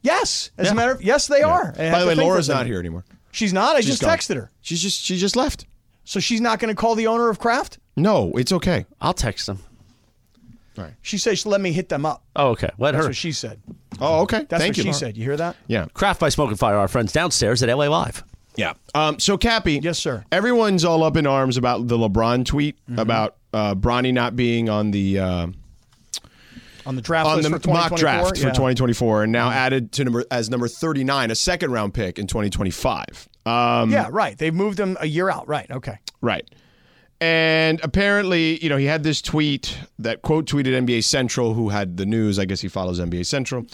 Speaker 5: Yes. As a matter of yes, they are. I had
Speaker 3: By the
Speaker 5: to
Speaker 3: way,
Speaker 5: think for a
Speaker 3: Laura's not
Speaker 5: second.
Speaker 3: here anymore.
Speaker 5: She's not. I just
Speaker 3: gone.
Speaker 5: texted her.
Speaker 3: She's just she just left.
Speaker 5: So she's not going to call the owner of Kraft?
Speaker 3: No, it's okay.
Speaker 7: I'll text them.
Speaker 5: She says, she let me hit them up.
Speaker 7: Oh, okay. Let
Speaker 5: That's
Speaker 7: her.
Speaker 5: what she said.
Speaker 3: Oh, okay.
Speaker 5: That's
Speaker 3: Thank
Speaker 5: what she
Speaker 3: you. Laura.
Speaker 5: said. You hear that?
Speaker 3: Yeah,
Speaker 7: Craft by Smoke and Fire, our friends downstairs at LA Live.
Speaker 3: yeah. Um, so Cappy,
Speaker 5: Yes, sir. Mm-hmm.
Speaker 3: Everyone's all up in arms about the LeBron tweet about uh, Bronny not being on the uh,
Speaker 5: On the draft
Speaker 3: on
Speaker 5: list
Speaker 3: the
Speaker 5: Oh, for
Speaker 3: mock
Speaker 5: 2024?
Speaker 3: draft for
Speaker 5: Yeah. Mm-hmm.
Speaker 3: 2024, and now added to number as number 39, a second round pick in 2025. Um,
Speaker 5: Yeah, right. They've moved them a year out. Right. Okay.
Speaker 3: Right. And apparently, you know, he had this tweet that quote tweeted NBA Central, who had the news. I guess he follows NBA Central.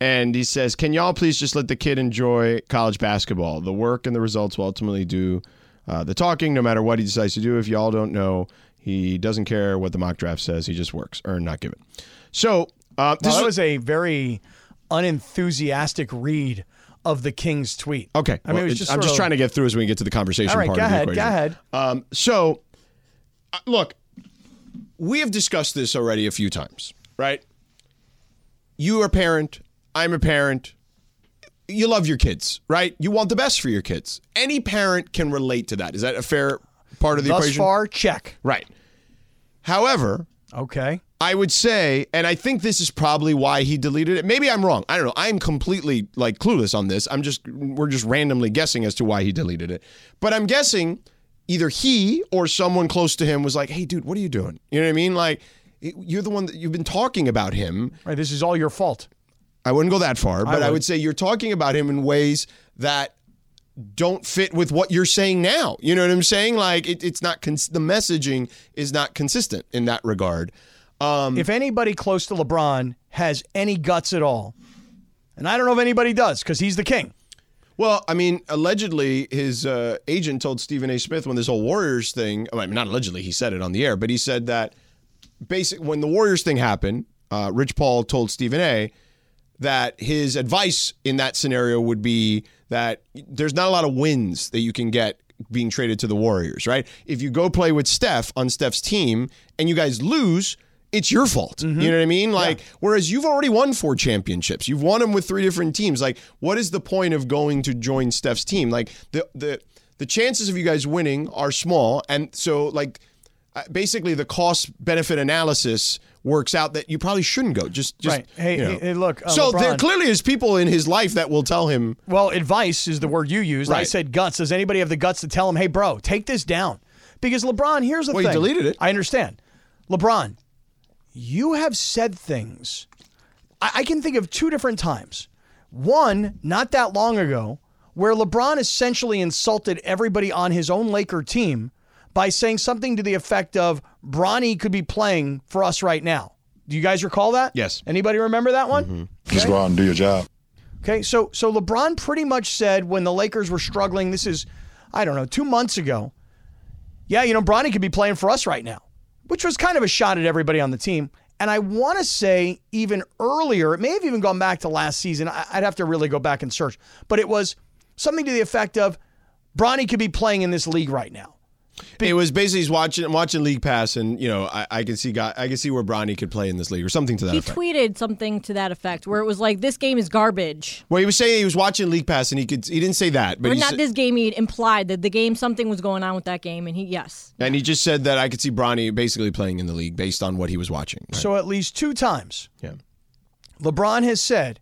Speaker 3: And he says, Can y'all please just let the kid enjoy college basketball? The work and the results will ultimately do uh, the talking, no matter what he decides to do. If y'all don't know, he doesn't care what the mock draft says. He just works, earn, not given. So, uh, this
Speaker 5: Well, that
Speaker 3: was
Speaker 5: was a very unenthusiastic read of the King's tweet.
Speaker 3: Okay.
Speaker 5: I mean,
Speaker 3: Well,
Speaker 5: it was
Speaker 3: it-
Speaker 5: just
Speaker 3: I'm
Speaker 5: sort
Speaker 3: just
Speaker 5: of-
Speaker 3: trying to get through as we can get to the conversation
Speaker 5: All right,
Speaker 3: part
Speaker 5: go
Speaker 3: of the
Speaker 5: ahead,
Speaker 3: equation.
Speaker 5: go ahead.
Speaker 3: Um, so, uh, look, we have discussed this already a few times, right? You are a parent. I'm a parent. You love your kids, right? You want the best for your kids. Any parent can relate to that. Is that a fair part of the
Speaker 5: Thus
Speaker 3: equation?
Speaker 5: far, check.
Speaker 3: Right. However,
Speaker 5: Okay.
Speaker 3: I would say, and I think this is probably why he deleted it. Maybe I'm wrong. I don't know. I'm completely like clueless on this. I'm just we're just randomly guessing as to why he deleted it. But I'm guessing either he or someone close to him was like, "Hey, dude, what are you doing?" You know what I mean? Like, it- you're the one that you've been talking about him.
Speaker 5: All right. This is all your fault.
Speaker 3: I wouldn't go that far, but I would,
Speaker 5: would.
Speaker 3: say you're talking about him in ways that don't fit with what you're saying now. You know what I'm saying? Like, it, it's not cons- the messaging is not consistent in that regard. Hmm.
Speaker 5: if anybody close to LeBron has any guts at all, and I don't know if anybody does because he's the king.
Speaker 3: Well, I mean, allegedly, his uh, agent told Stephen A. Smith when this whole Warriors thing. I mean, not allegedly, he said it on the air, but he said that basic when the Warriors thing happened, uh, Rich Paul told Stephen A. that his advice in that scenario would be that there's not a lot of wins that you can get being traded to the Warriors, right? If you go play with Steph on Steph's team and you guys lose. It's your fault. You know what I mean? Like, whereas you've already won four championships, you've won them with three different teams. Like, what is the point of going to join Steph's team? Like, the the the chances of you guys winning are small, and so like uh, basically the cost benefit analysis works out that you probably shouldn't go. Just, just
Speaker 5: Right. Hey,
Speaker 3: you know.
Speaker 5: hey, hey, look, uh,
Speaker 3: so there
Speaker 5: LeBron-
Speaker 3: clearly is people in his life that will tell him.
Speaker 5: Well, advice is the word you used. I
Speaker 3: Right.
Speaker 5: said guts. Does anybody have the guts to tell him, hey, bro, take this down? Because LeBron, here's the
Speaker 3: Well, he
Speaker 5: thing.
Speaker 3: deleted it.
Speaker 5: I understand. LeBron, you have said things. I, I can think of two different times. One, not that long ago, where LeBron essentially insulted everybody on his own Laker team by saying something to the effect of, Bronny could be playing for us right now. Do you guys recall that?
Speaker 3: Yes. Mm-hmm.
Speaker 5: Anybody remember that one?
Speaker 8: Just go out and do your job.
Speaker 5: Okay, so so LeBron pretty much said when the Lakers were struggling, this is I don't know, 2 months ago, yeah, you know, Bronny could be playing for us right now, which was kind of a shot at everybody on the team. And I want to say even earlier, it may have even gone back to last season. I- I'd have to really go back and search, but it was something to the effect of Bronny could be playing in this league right now.
Speaker 1: It was basically he's watching watching league pass, and you know I, I can see guy, I can see where Bronny could play in this league or something to that
Speaker 2: He
Speaker 1: effect.
Speaker 2: tweeted something to that effect where it was like, this game is garbage.
Speaker 1: well, he was saying he was watching league pass, and he could he didn't say that, but
Speaker 2: or
Speaker 1: he
Speaker 2: not
Speaker 1: sa-
Speaker 2: this game, he implied that the game, something was going on with that game. And he, yes.
Speaker 1: and he just said that I could see Bronny basically playing in the league based on what he was watching. right?
Speaker 5: So at least two times,
Speaker 1: Yeah.
Speaker 5: LeBron has said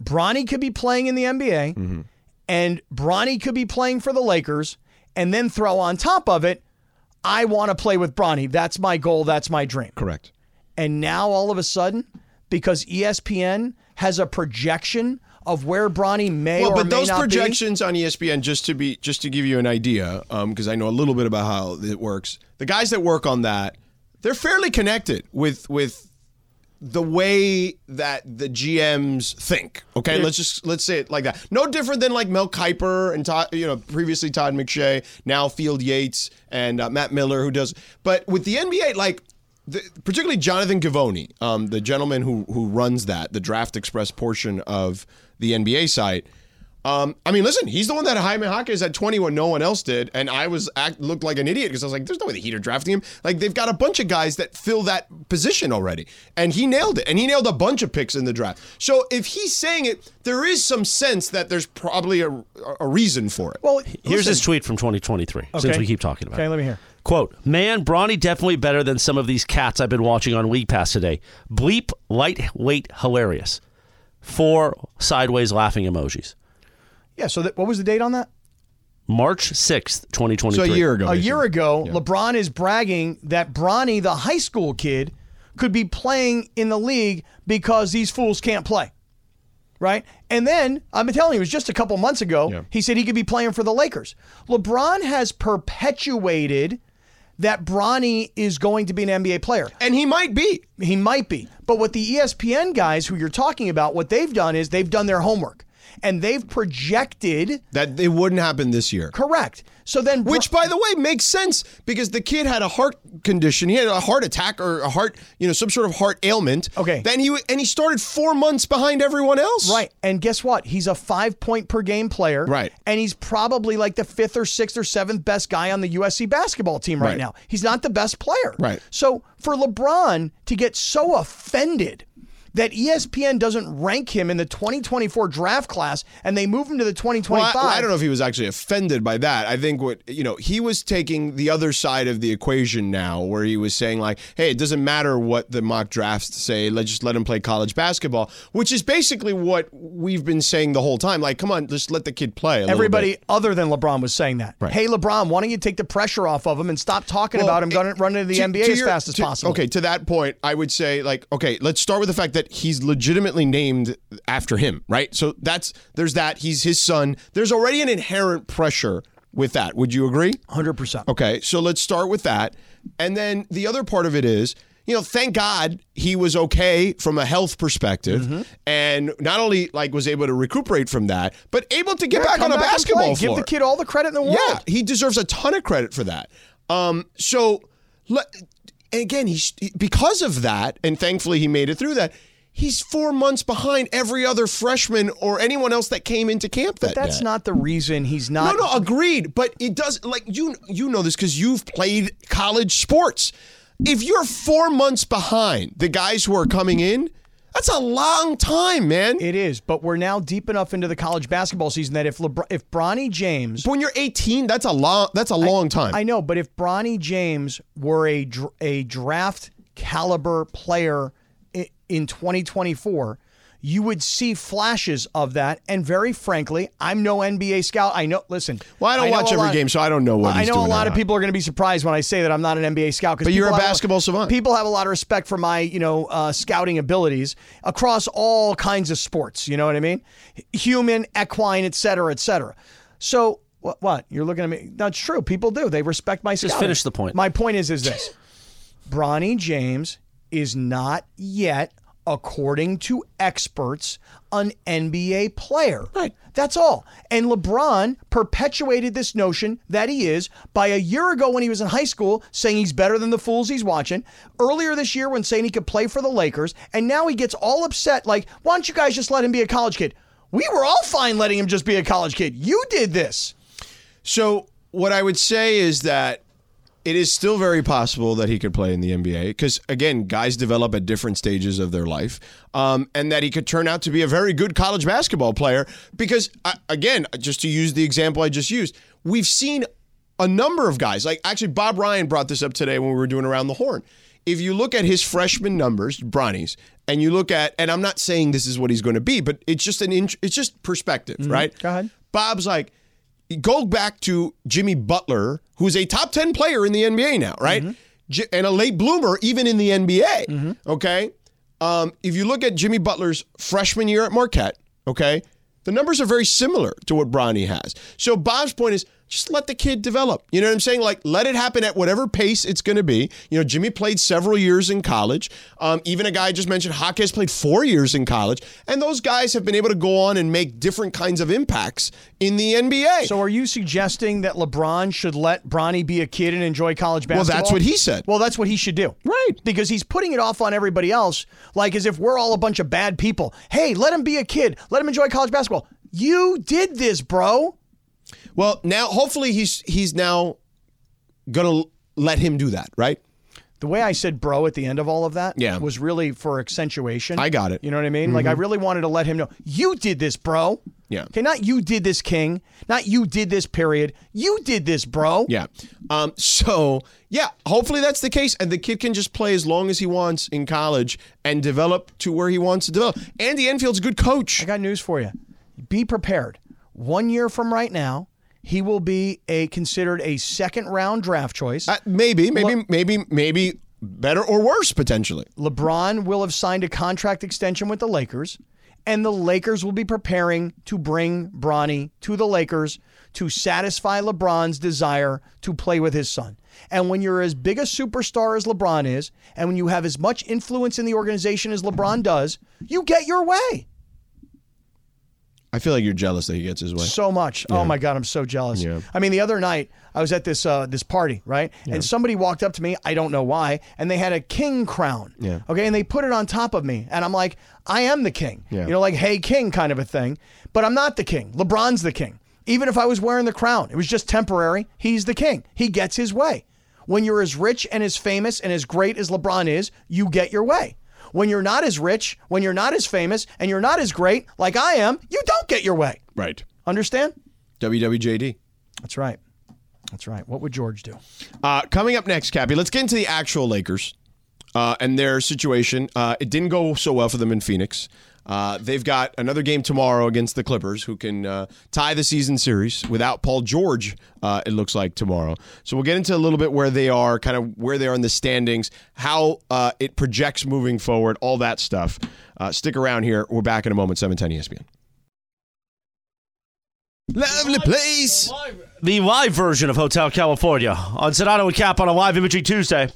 Speaker 5: Bronny could be playing in the NBA
Speaker 1: Mm-hmm.
Speaker 5: and Bronny could be playing for the Lakers, and then throw on top of it, I want to play with Bronny. That's my goal. That's my dream.
Speaker 1: correct.
Speaker 5: And now all of a sudden, because E ESPN has a projection of where Bronny may
Speaker 1: Well,
Speaker 5: or
Speaker 1: but
Speaker 5: may
Speaker 1: those
Speaker 5: not
Speaker 1: projections on E ESPN, just to be just to give you an idea, because I know a little bit about how it works. The guys that work on that, they're fairly connected with with the way that the GMs think. Okay, let's just let's say it like that. No different than like Mel Kiper and Todd, you know, previously Todd McShay, now Field Yates and uh, Matt Miller, who does. But with the NBA, like. The, particularly Jonathan Givoni, um, the gentleman who who runs that the Draft Express portion of the NBA site, um, I mean, listen, he's the one that Jaime Jaquez had 20 when no one else did, and I was act, looked like an idiot because I was like, "There's no way the Heat are drafting him." Like they've got a bunch of guys that fill that position already, and he nailed it, and he nailed a bunch of picks in the draft. So if he's saying it, there is some sense that there's probably a, a reason for it.
Speaker 5: Well,
Speaker 7: Here's
Speaker 5: listen,
Speaker 7: his tweet from 2023, since
Speaker 5: Okay.
Speaker 7: we keep talking about
Speaker 5: Okay,
Speaker 7: it.
Speaker 5: let me hear.
Speaker 7: Quote, man, Bronny definitely better than some of these cats I've been watching on League Pass today. Bleep, lightweight, hilarious. Four sideways laughing emojis.
Speaker 5: Yeah. So that, what was the date on that?
Speaker 7: March 6th, 2023.
Speaker 1: so a year ago,
Speaker 5: A
Speaker 1: basically.
Speaker 5: year ago, LeBron is bragging that Bronny, the high school kid, could be playing in the league because these fools can't play. Right? And then, I'm telling you, it was just a couple months ago, he said he could be playing for the Lakers. LeBron has perpetuated that Bronny is going to be an NBA player.
Speaker 1: and he might be.
Speaker 5: He might be. But what the E ESPN guys who you're talking about, what they've done is they've done their homework and they've projected
Speaker 1: That it wouldn't happen this year.
Speaker 5: correct. So then
Speaker 1: Which, by the way, makes sense because the kid had a heart condition. He had a heart attack or a heart, you know, some sort of heart ailment.
Speaker 5: Okay.
Speaker 1: Then he w- and he started four months behind everyone else.
Speaker 5: Right. And guess what? He's a five point per game player.
Speaker 1: Right.
Speaker 5: And he's probably like the fifth or sixth or seventh best guy on the USC basketball team right,
Speaker 1: Right.
Speaker 5: now. He's not the best player.
Speaker 1: Right.
Speaker 5: So for LeBron to get so offended that E ESPN doesn't rank him in the 2024 draft class and they move him to the 2025.
Speaker 1: Well, I, I don't know if he was actually offended by that. I think what you know, he was taking the other side of the equation now, where he was saying like, "Hey, it doesn't matter what the mock drafts say. Let's just let him play college basketball," which is basically what we've been saying the whole time. Like, come on, just let the kid play. a little
Speaker 5: Everybody
Speaker 1: bit.
Speaker 5: other than LeBron was saying that.
Speaker 1: Right.
Speaker 5: Hey, LeBron, why don't you take the pressure off of him and stop talking
Speaker 1: Well,
Speaker 5: about him going
Speaker 1: it-
Speaker 5: running into the
Speaker 1: to-
Speaker 5: NBA
Speaker 1: to
Speaker 5: as
Speaker 1: your-
Speaker 5: fast as
Speaker 1: to-
Speaker 5: possible?
Speaker 1: Okay, to that point, I would say like, okay, let's start with the fact that he's legitimately named after him, right? So that's there's that. He's his son. There's already an inherent pressure with that. Would you agree?
Speaker 5: 100%.
Speaker 1: Okay, so let's start with that. And then the other part of it is, you know, thank God he was okay from a health perspective and not only like was able to recuperate from that, but able to get back on
Speaker 5: Come
Speaker 1: a
Speaker 5: back and
Speaker 1: basketball
Speaker 5: play.
Speaker 1: floor.
Speaker 5: Give the kid all the credit in the world.
Speaker 1: yeah, he deserves a ton of credit for that. Um so le- and again, he's because of that and thankfully he made it through that. He's 4 months behind every other freshman or anyone else that came into camp that
Speaker 5: That's
Speaker 1: day.
Speaker 5: not the reason he's not.
Speaker 1: No, no, agreed. But it does like you you know this because you've played college sports. If you're four months behind the guys who are coming in, that's a long time, man.
Speaker 5: It is, but we're now deep enough into the college basketball season that if LeBron, if Bronny James,
Speaker 1: when you're 18, that's a long that's a long time.
Speaker 5: I know, but if Bronny James were a dr- a draft caliber player i- in 2024, you would see flashes of that. And very frankly, I'm no NBA scout. I know. Listen,
Speaker 1: well, I don't
Speaker 5: know
Speaker 1: watch
Speaker 5: a
Speaker 1: every
Speaker 5: lot-
Speaker 1: game, so I don't know what
Speaker 5: I
Speaker 1: he's
Speaker 5: know a
Speaker 1: doing or
Speaker 5: lot of
Speaker 1: not.
Speaker 5: people are going to be surprised when I say that I'm not an NBA scout. 'cause
Speaker 1: But you're
Speaker 5: people
Speaker 1: a
Speaker 5: have
Speaker 1: basketball savant.
Speaker 5: People have a lot of respect for my, you know, uh, scouting abilities across all kinds of sports. You know what I mean? Human, equine, et cetera, et cetera. So what? what? You're looking at me? That's true. People do. They respect my. Just
Speaker 7: finish the point.
Speaker 5: My point is, is this: Bronny James is not yet according to experts, an NBA player. Right. That's all. And LeBron perpetuated this notion that he is by a year ago when he was in high school saying he's better than the fools he's watching, earlier this year when saying he could play for the Lakers, and now he gets all upset like, why don't you guys just let him be a college kid? We were all fine letting him just be a college kid. You did this.
Speaker 1: So what I would say is that it is still very possible that he could play in the NBA because again, guys develop at different stages of their life, um, and that he could turn out to be a very good college basketball player. Because uh, again, just to use the example I just used, we've seen a number of guys. Like actually, Bob Ryan brought this up today when we were doing around the horn. If you look at his freshman numbers, Bronny's, and you look at, and I'm not saying this is what he's going to be, but it's just an, int- it's just perspective, right?
Speaker 5: Mm-hmm. Go ahead.
Speaker 1: Bob's like, go back to Jimmy Butler, who's a top 10 player in the NBA now, right? J- and a late bloomer even in the NBA, okay? Um, if you look at Jimmy Butler's freshman year at Marquette, okay, the numbers are very similar to what Bronny has. So Bob's point is just let the kid develop. You know what I'm saying? Like, let it happen at whatever pace it's going to be. You know, Jimmy played several years in college. Um, even a guy I just mentioned, Hawkes, played four years in college. And those guys have been able to go on and make different kinds of impacts in the NBA.
Speaker 5: So are you suggesting that LeBron should let Bronny be a kid and enjoy college basketball?
Speaker 1: that's what he said.
Speaker 5: Well, that's what he should do.
Speaker 1: Right.
Speaker 5: Because he's putting it off on everybody else, like as if we're all a bunch of bad people. Hey, let him be a kid. Let him enjoy college basketball. You did this, bro.
Speaker 1: Well, now hopefully he's he's now gonna let him do that, right?
Speaker 5: The way I said bro at the end of all of that
Speaker 1: Yeah.
Speaker 5: was really for accentuation.
Speaker 1: I got it. Mm-hmm.
Speaker 5: You know what I mean? Like I really wanted to let him know, you did this, bro.
Speaker 1: Yeah.
Speaker 5: Okay, not you did this, king. Not you did this, period. You did this, bro.
Speaker 1: Yeah. Um, so yeah, hopefully that's the case, and the kid can just play as long as he wants in college and develop to where he wants to develop. Andy Enfield's a good coach.
Speaker 5: I got news for you. Be prepared. One year from right now, he will be a considered a second round draft choice.
Speaker 1: Uh, maybe, maybe, maybe, maybe better or worse potentially.
Speaker 5: LeBron will have signed a contract extension with the Lakers, and the Lakers will be preparing to bring Bronny to the Lakers to satisfy LeBron's desire to play with his son. And when you're as big a superstar as LeBron is, and when you have as much influence in the organization as LeBron does, you get your way
Speaker 1: I feel like you're jealous that he gets his way.
Speaker 5: so much. Oh my god, I'm so jealous. I mean, the other night I was at this uh, this party, right? And somebody walked up to me. I don't know why, and they had a king crown. Yeah. Okay, and they put it on top of me, and I'm like, I am the king. Yeah. You know, like hey king kind of a thing, but I'm not the king. LeBron's the king. Even if I was wearing the crown, it was just temporary. He's the king. He gets his way. When you're as rich and as famous and as great as LeBron is, you get your way. When you're not as rich, when you're not as famous, and you're not as great like I am, you don't get your way.
Speaker 1: Right.
Speaker 5: Understand?
Speaker 1: WWJD.
Speaker 5: That's right. That's right. What would George do?
Speaker 1: Uh, coming up next, Cappy, let's get into the actual Lakers uh, and their situation. Uh, it didn't go so well for them in Phoenix. Uh, they've got another game tomorrow against the Clippers, who can uh, tie the season series without Paul George. Uh, it looks like tomorrow. So we'll get into a little bit where they are, kind of where they are in the standings, how uh, it projects moving forward, all that stuff. Uh, stick around here. We're back in a moment. Seven ten E ESPN. Lovely place.
Speaker 7: the live version of Hotel California on Sedano and Cap on a live imagery Tuesday.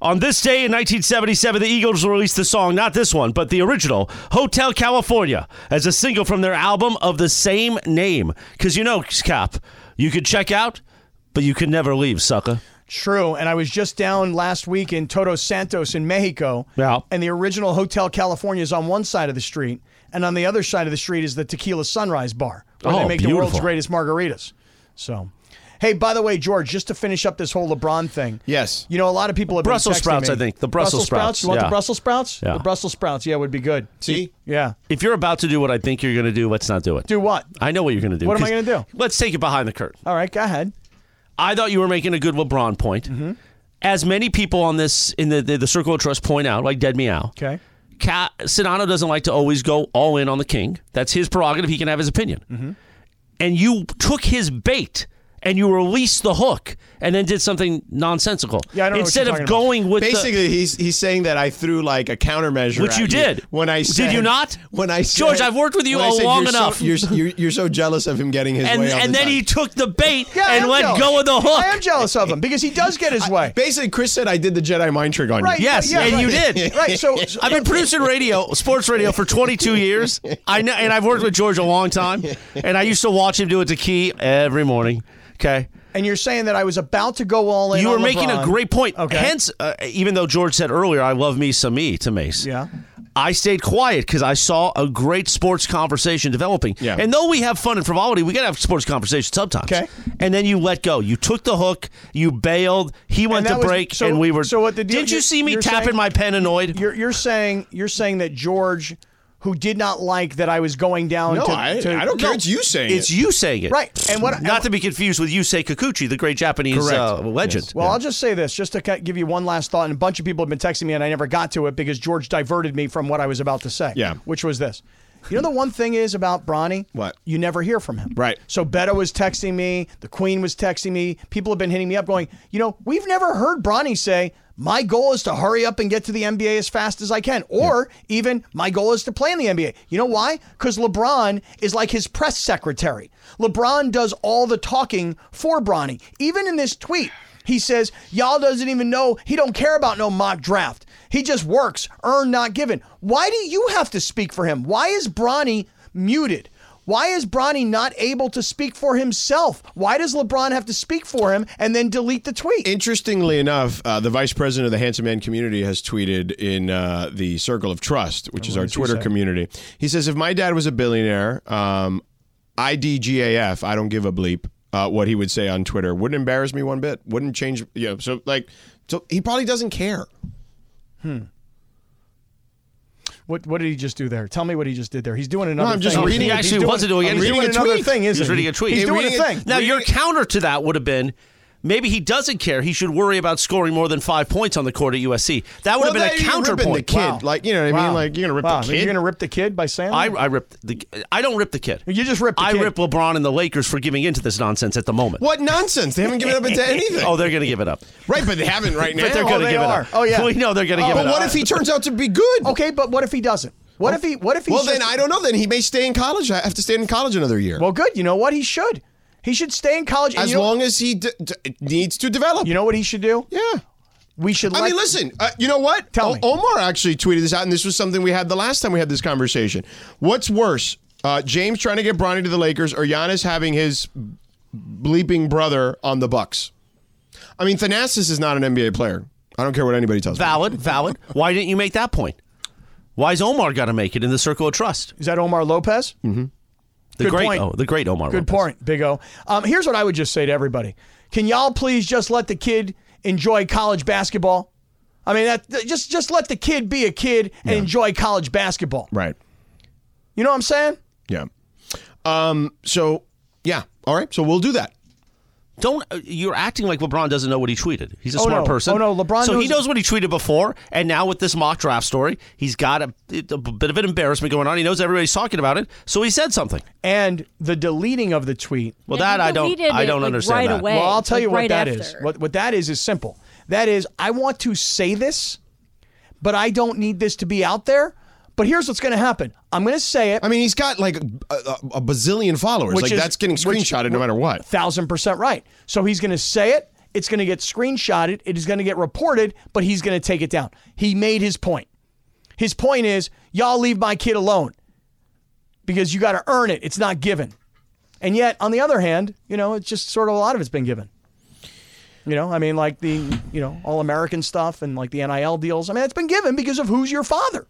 Speaker 7: On this day in 1977, the Eagles released the song, not this one, but the original, Hotel California, as a single from their album of the same name. Because you know, Cap, you could check out, but you can never leave, sucker.
Speaker 5: True. And I was just down last week in Todos Santos in Mexico.
Speaker 7: Yeah.
Speaker 5: And the original Hotel California is on one side of the street, and on the other side of the street is the Tequila Sunrise Bar, where they
Speaker 7: Oh,
Speaker 5: make the world's
Speaker 7: beautiful.
Speaker 5: greatest margaritas. So, hey, by the way, George, just to finish up this whole LeBron thing.
Speaker 1: Yes.
Speaker 5: You know, a lot of people have
Speaker 7: Brussels
Speaker 5: been texting
Speaker 7: sprouts,
Speaker 5: me.
Speaker 7: I think. The Brussels sprouts,
Speaker 5: You want
Speaker 7: yeah.
Speaker 5: the Brussels sprouts?
Speaker 7: Yeah.
Speaker 5: The Brussels sprouts. Yeah, would be good.
Speaker 1: See?
Speaker 5: Yeah.
Speaker 7: If you're about to do what I think you're going to do, let's not do it.
Speaker 5: Do what?
Speaker 7: I know what you're going to do.
Speaker 5: What am I
Speaker 7: 'cause-
Speaker 5: gonna do?
Speaker 7: Let's take it behind the curtain.
Speaker 5: All right, go ahead.
Speaker 7: I thought you were making a good LeBron point.
Speaker 5: Mm-hmm.
Speaker 7: As many people on this in the, the the circle of trust point out, like Dead Meow,
Speaker 5: Okay.
Speaker 7: Ca Sedano doesn't like to always go all Mm-hmm. in on the king. That's his prerogative. He can have his opinion. And you took his bait and you released the hook and then did something nonsensical.
Speaker 9: Yeah, I don't know what
Speaker 7: Instead
Speaker 9: you're
Speaker 7: of
Speaker 9: talking about.
Speaker 7: going with the-
Speaker 1: Basically, he's he's saying that I threw like a countermeasure,
Speaker 7: Which
Speaker 1: at
Speaker 7: you did.
Speaker 1: When I
Speaker 7: Did
Speaker 1: said,
Speaker 7: you not?
Speaker 1: When I said,
Speaker 7: George, I've worked with you
Speaker 1: when I
Speaker 7: all
Speaker 1: said,
Speaker 7: long
Speaker 1: "You're so-
Speaker 7: enough."
Speaker 1: you're, you're you're so jealous of him getting his
Speaker 7: and
Speaker 1: way. all
Speaker 7: and
Speaker 1: the
Speaker 7: then
Speaker 1: time.
Speaker 7: he took the bait
Speaker 5: Yeah, I
Speaker 7: and
Speaker 5: am
Speaker 7: let
Speaker 5: jealous.
Speaker 7: go of the hook.
Speaker 5: I am jealous of him because he does get his way.
Speaker 1: basically Chris said I did the Jedi mind trick on
Speaker 5: Right.
Speaker 1: you.
Speaker 7: Yes,
Speaker 5: Yeah,
Speaker 7: and
Speaker 5: right.
Speaker 7: you did.
Speaker 5: Right. So, so
Speaker 7: I've been producing radio, sports radio, for 22 years. I know, and I've worked with George a long time. And I used to watch him do it to Key every morning. Okay,
Speaker 5: and you're saying that I was about to go all in.
Speaker 7: you were
Speaker 5: on
Speaker 7: making a
Speaker 5: LeBron.
Speaker 7: great point.
Speaker 5: Okay.
Speaker 7: Hence, uh, even though George said earlier, "I love me some me" to Mace.
Speaker 5: Yeah.
Speaker 7: I stayed quiet because I saw a great sports conversation developing.
Speaker 1: Yeah.
Speaker 7: And though we have fun and frivolity, we got to have sports conversations sometimes.
Speaker 5: Okay.
Speaker 7: And then you let go. You took the hook. You bailed. He went
Speaker 5: that
Speaker 7: to
Speaker 5: was-
Speaker 7: break,
Speaker 5: so-
Speaker 7: and we were.
Speaker 5: so what the deal-
Speaker 7: did you
Speaker 5: you're-
Speaker 7: see me
Speaker 5: you're
Speaker 7: tapping
Speaker 5: saying-
Speaker 7: my pen annoyed?
Speaker 5: You're you're saying you're saying that George, who did not like that I was going down.
Speaker 1: No,
Speaker 5: to,
Speaker 1: I,
Speaker 5: to-
Speaker 1: I don't care.
Speaker 7: No,
Speaker 1: It's you saying
Speaker 7: It's
Speaker 1: it.
Speaker 7: you saying it.
Speaker 5: Right, and what-
Speaker 7: Not to be confused with Yusei Kikuchi, the great Japanese
Speaker 1: Correct.
Speaker 7: uh, legend.
Speaker 5: Well, I'll just say this, just to ki- give you one last thought, and a bunch of people have been texting me, and I never got to it because George diverted me from what I was about to say.
Speaker 1: Yeah.
Speaker 5: which was this. You know the one thing is about Bronny?
Speaker 1: What?
Speaker 5: You never hear from him.
Speaker 1: Right.
Speaker 5: So Beto was texting me, the Queen was texting me, people have been hitting me up going, you know, we've never heard Bronny say, my goal is to hurry up and get to the NBA as fast as I can. Or even my goal is to play in the NBA. You know why? Because LeBron is like his press secretary. LeBron does all the talking for Bronny. Even in this tweet, he says, Y'all doesn't even know he don't care about no mock draft. He just works, earned not given. Why do you have to speak for him? Why is Bronny muted? Why is Bronny not able to speak for himself? Why does LeBron have to speak for him and then delete the tweet?
Speaker 1: Interestingly enough, uh, the vice president of the Handsome Man community has tweeted in uh, the Circle of Trust, which is our Twitter community. He says, "If my dad was a billionaire, um, IDGAF, I don't give a bleep uh, what he would say on Twitter. Wouldn't embarrass me one bit. Wouldn't change. You know, so like, so he probably doesn't care.
Speaker 5: what what did he just do there? Tell me what he just did there. He's doing another
Speaker 1: I'm just
Speaker 5: thing.
Speaker 1: reading-
Speaker 7: Oh, he
Speaker 5: He's
Speaker 7: actually
Speaker 5: doing-
Speaker 7: wasn't doing
Speaker 5: he's
Speaker 7: anything.
Speaker 5: doing another thing,
Speaker 7: He's
Speaker 5: isn't
Speaker 7: reading
Speaker 5: he?
Speaker 7: a tweet.
Speaker 5: He's
Speaker 7: Hey,
Speaker 5: doing a
Speaker 1: reading it-
Speaker 5: thing.
Speaker 7: Now, your counter to that would have been maybe he doesn't care. He should worry about scoring more than five points on the court at USC. That would
Speaker 1: Well,
Speaker 7: have
Speaker 1: now
Speaker 7: been a
Speaker 1: you're ripping
Speaker 7: counterpoint.
Speaker 1: The kid, like you know what I mean? Like you're gonna rip
Speaker 5: Wow,
Speaker 1: the
Speaker 5: You're
Speaker 1: kid.
Speaker 5: gonna rip the kid by saying
Speaker 7: I,
Speaker 5: that?
Speaker 7: I rip the. I don't rip the kid.
Speaker 5: You just ripped the
Speaker 7: I
Speaker 5: kid.
Speaker 7: rip LeBron and the Lakers for giving into this nonsense at the moment.
Speaker 1: what nonsense! They haven't given up into anything.
Speaker 7: Oh, they're going to give it up.
Speaker 1: right, but they haven't right now.
Speaker 7: But they're
Speaker 5: Oh,
Speaker 7: going to
Speaker 5: they
Speaker 7: give
Speaker 5: are.
Speaker 7: it up.
Speaker 5: Oh, yeah.
Speaker 7: we know they're going to give
Speaker 1: but
Speaker 7: it up.
Speaker 1: what if he turns out to be good?
Speaker 5: Okay, but what if he doesn't? What if he what if he
Speaker 1: Well, then I don't know. Then he may stay in college. I have to stay in college another year.
Speaker 5: Well, good. You know what? He should. He should stay in college. and
Speaker 1: as
Speaker 5: you know,
Speaker 1: long as he d- d- needs to develop.
Speaker 5: you know what he should do?
Speaker 1: yeah.
Speaker 5: We should.
Speaker 1: I
Speaker 5: let-
Speaker 1: mean, listen. Uh, you know what?
Speaker 5: Tell
Speaker 1: O-
Speaker 5: me.
Speaker 1: Omar actually tweeted this out, and this was something we had the last time we had this conversation. What's worse, uh, James trying to get Bronny to the Lakers, or Giannis having his bleeping brother on the Bucks? I mean, Thanasis is not an NBA player. I don't care what anybody tells me.
Speaker 7: Valid, valid. Why didn't you make that point? Why's Omar got to make it in the circle of trust?
Speaker 5: Is that Omar Lopez?
Speaker 7: The
Speaker 5: Good
Speaker 7: great,
Speaker 5: point.
Speaker 7: oh, the great Omar.
Speaker 5: Good
Speaker 7: Lopez.
Speaker 5: point, Big O. Um, here's what I would just say to everybody: Can y'all please just let the kid enjoy college basketball? I mean, that that- just just let the kid be a kid and enjoy college basketball.
Speaker 1: Right.
Speaker 5: You know what I'm saying?
Speaker 1: Yeah. Um. So yeah. All right. So we'll do that.
Speaker 7: Don't uh, you're acting like LeBron doesn't know what he tweeted. He's a
Speaker 5: Oh,
Speaker 7: smart
Speaker 5: no.
Speaker 7: person.
Speaker 5: Oh, no, LeBron
Speaker 7: So he
Speaker 5: knows-
Speaker 7: knows what he tweeted before, and now with this mock draft story, he's got a, a bit of an embarrassment going on. He knows everybody's talking about it, so he said something.
Speaker 5: And the deleting of the tweet.
Speaker 7: Well,
Speaker 2: Yeah,
Speaker 7: that
Speaker 2: he
Speaker 7: I don't.
Speaker 2: deleted
Speaker 7: I
Speaker 2: it,
Speaker 7: don't
Speaker 2: like,
Speaker 7: understand
Speaker 2: right
Speaker 7: that.
Speaker 2: away.
Speaker 5: Well, I'll tell you
Speaker 2: like,
Speaker 5: what
Speaker 2: right
Speaker 5: that is.
Speaker 2: after.
Speaker 5: What what that is is simple. That is, I want to say this, but I don't need this to be out there. But here's what's going to happen. I'm going to say it.
Speaker 1: I mean, he's got like a, a, a bazillion followers.
Speaker 5: Which
Speaker 1: like
Speaker 5: is-
Speaker 1: that's getting
Speaker 5: which-
Speaker 1: screenshotted no matter what.
Speaker 5: thousand percent right. So he's going to say it. It's going to get screenshotted. It is going to get reported, but he's going to take it down. He made his point. His point is, y'all leave my kid alone because you got to earn it. It's not given. And yet, on the other hand, you know, it's just sort of a lot of it's been given. You know, I mean, like the, you know, all American stuff and like the NIL deals. I mean, it's been given because of who's your father.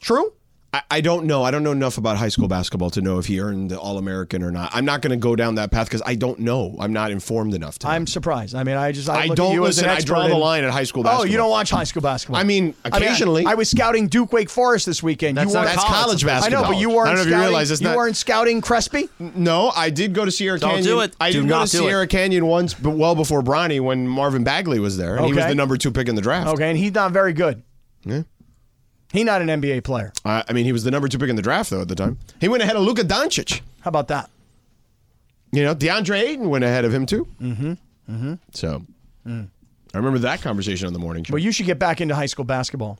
Speaker 5: True?
Speaker 1: I, I don't know. I don't know enough about high school basketball to know if he earned the All American or not. I'm not going to go down that path because I don't know. I'm not informed enough to.
Speaker 5: I'm surprised. I mean, I just, I,
Speaker 1: I
Speaker 5: look at
Speaker 1: don't
Speaker 5: you as an
Speaker 1: listen. I
Speaker 5: expert
Speaker 1: draw the
Speaker 5: in-
Speaker 1: line at high school
Speaker 5: Oh, you
Speaker 1: basketball.
Speaker 5: don't watch high school basketball.
Speaker 1: I mean, occasionally.
Speaker 5: I, was scouting Duke Wake Forest this weekend.
Speaker 7: That's
Speaker 5: you
Speaker 7: not
Speaker 5: weren't-
Speaker 1: That's college
Speaker 5: I
Speaker 1: basketball.
Speaker 5: know, but you
Speaker 1: I
Speaker 5: weren't.
Speaker 1: don't know if you
Speaker 5: scouting,
Speaker 1: realize it's not-
Speaker 5: weren't scouting Crespi.
Speaker 1: No, I did go to Sierra
Speaker 7: Don't
Speaker 1: Canyon.
Speaker 7: do it.
Speaker 1: I
Speaker 7: Do
Speaker 1: did go to
Speaker 7: not do it.
Speaker 1: Sierra Canyon once, but well before Bronny, when Marvin Bagley was there, and he was
Speaker 5: Okay.
Speaker 1: the number two pick in the draft.
Speaker 5: Okay, and he's not very good. Yeah. He's not an NBA player.
Speaker 1: I- I mean, he was the number two pick in the draft though at the time. He went ahead of Luka Doncic.
Speaker 5: How about that?
Speaker 1: You know, DeAndre Ayton went ahead of him too. Mm-hmm. Mm-hmm. So
Speaker 5: Mm.
Speaker 1: I remember that conversation on the morning show.
Speaker 5: Well, you should get back into high school basketball.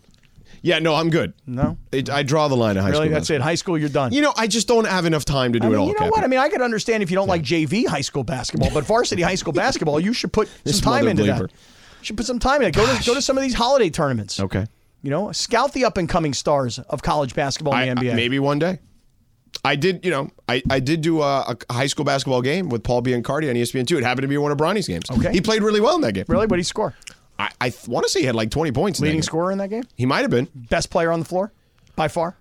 Speaker 1: yeah, no, I'm good.
Speaker 5: No?
Speaker 1: it, I draw the line at high
Speaker 5: Really,
Speaker 1: school.
Speaker 5: that's it. High school, you're done.
Speaker 1: You know, I just don't have enough time to do
Speaker 5: I
Speaker 1: it
Speaker 5: mean,
Speaker 1: all.
Speaker 5: you know what?
Speaker 1: Cappy.
Speaker 5: I mean, I could understand if you don't like JV high school basketball, but varsity high school basketball, you should put
Speaker 1: This
Speaker 5: some time
Speaker 1: mother
Speaker 5: into
Speaker 1: bleeper.
Speaker 5: that. You should put some time in it. Go to, go to some of these holiday tournaments.
Speaker 1: okay.
Speaker 5: You know, scout the up and coming stars of college basketball
Speaker 1: I,
Speaker 5: and the NBA.
Speaker 1: I- maybe one day. I did, you know, I, I did do a, a high school basketball game with Paul Biancardi on E ESPN2. It happened to be one of Bronny's games.
Speaker 5: Okay.
Speaker 1: He played really well in that game.
Speaker 5: Really? What did he score?
Speaker 1: I, I want to say he had like 20 points. in that
Speaker 5: Leading
Speaker 1: game.
Speaker 5: scorer in that game?
Speaker 1: He might have been.
Speaker 5: Best player on the floor by far?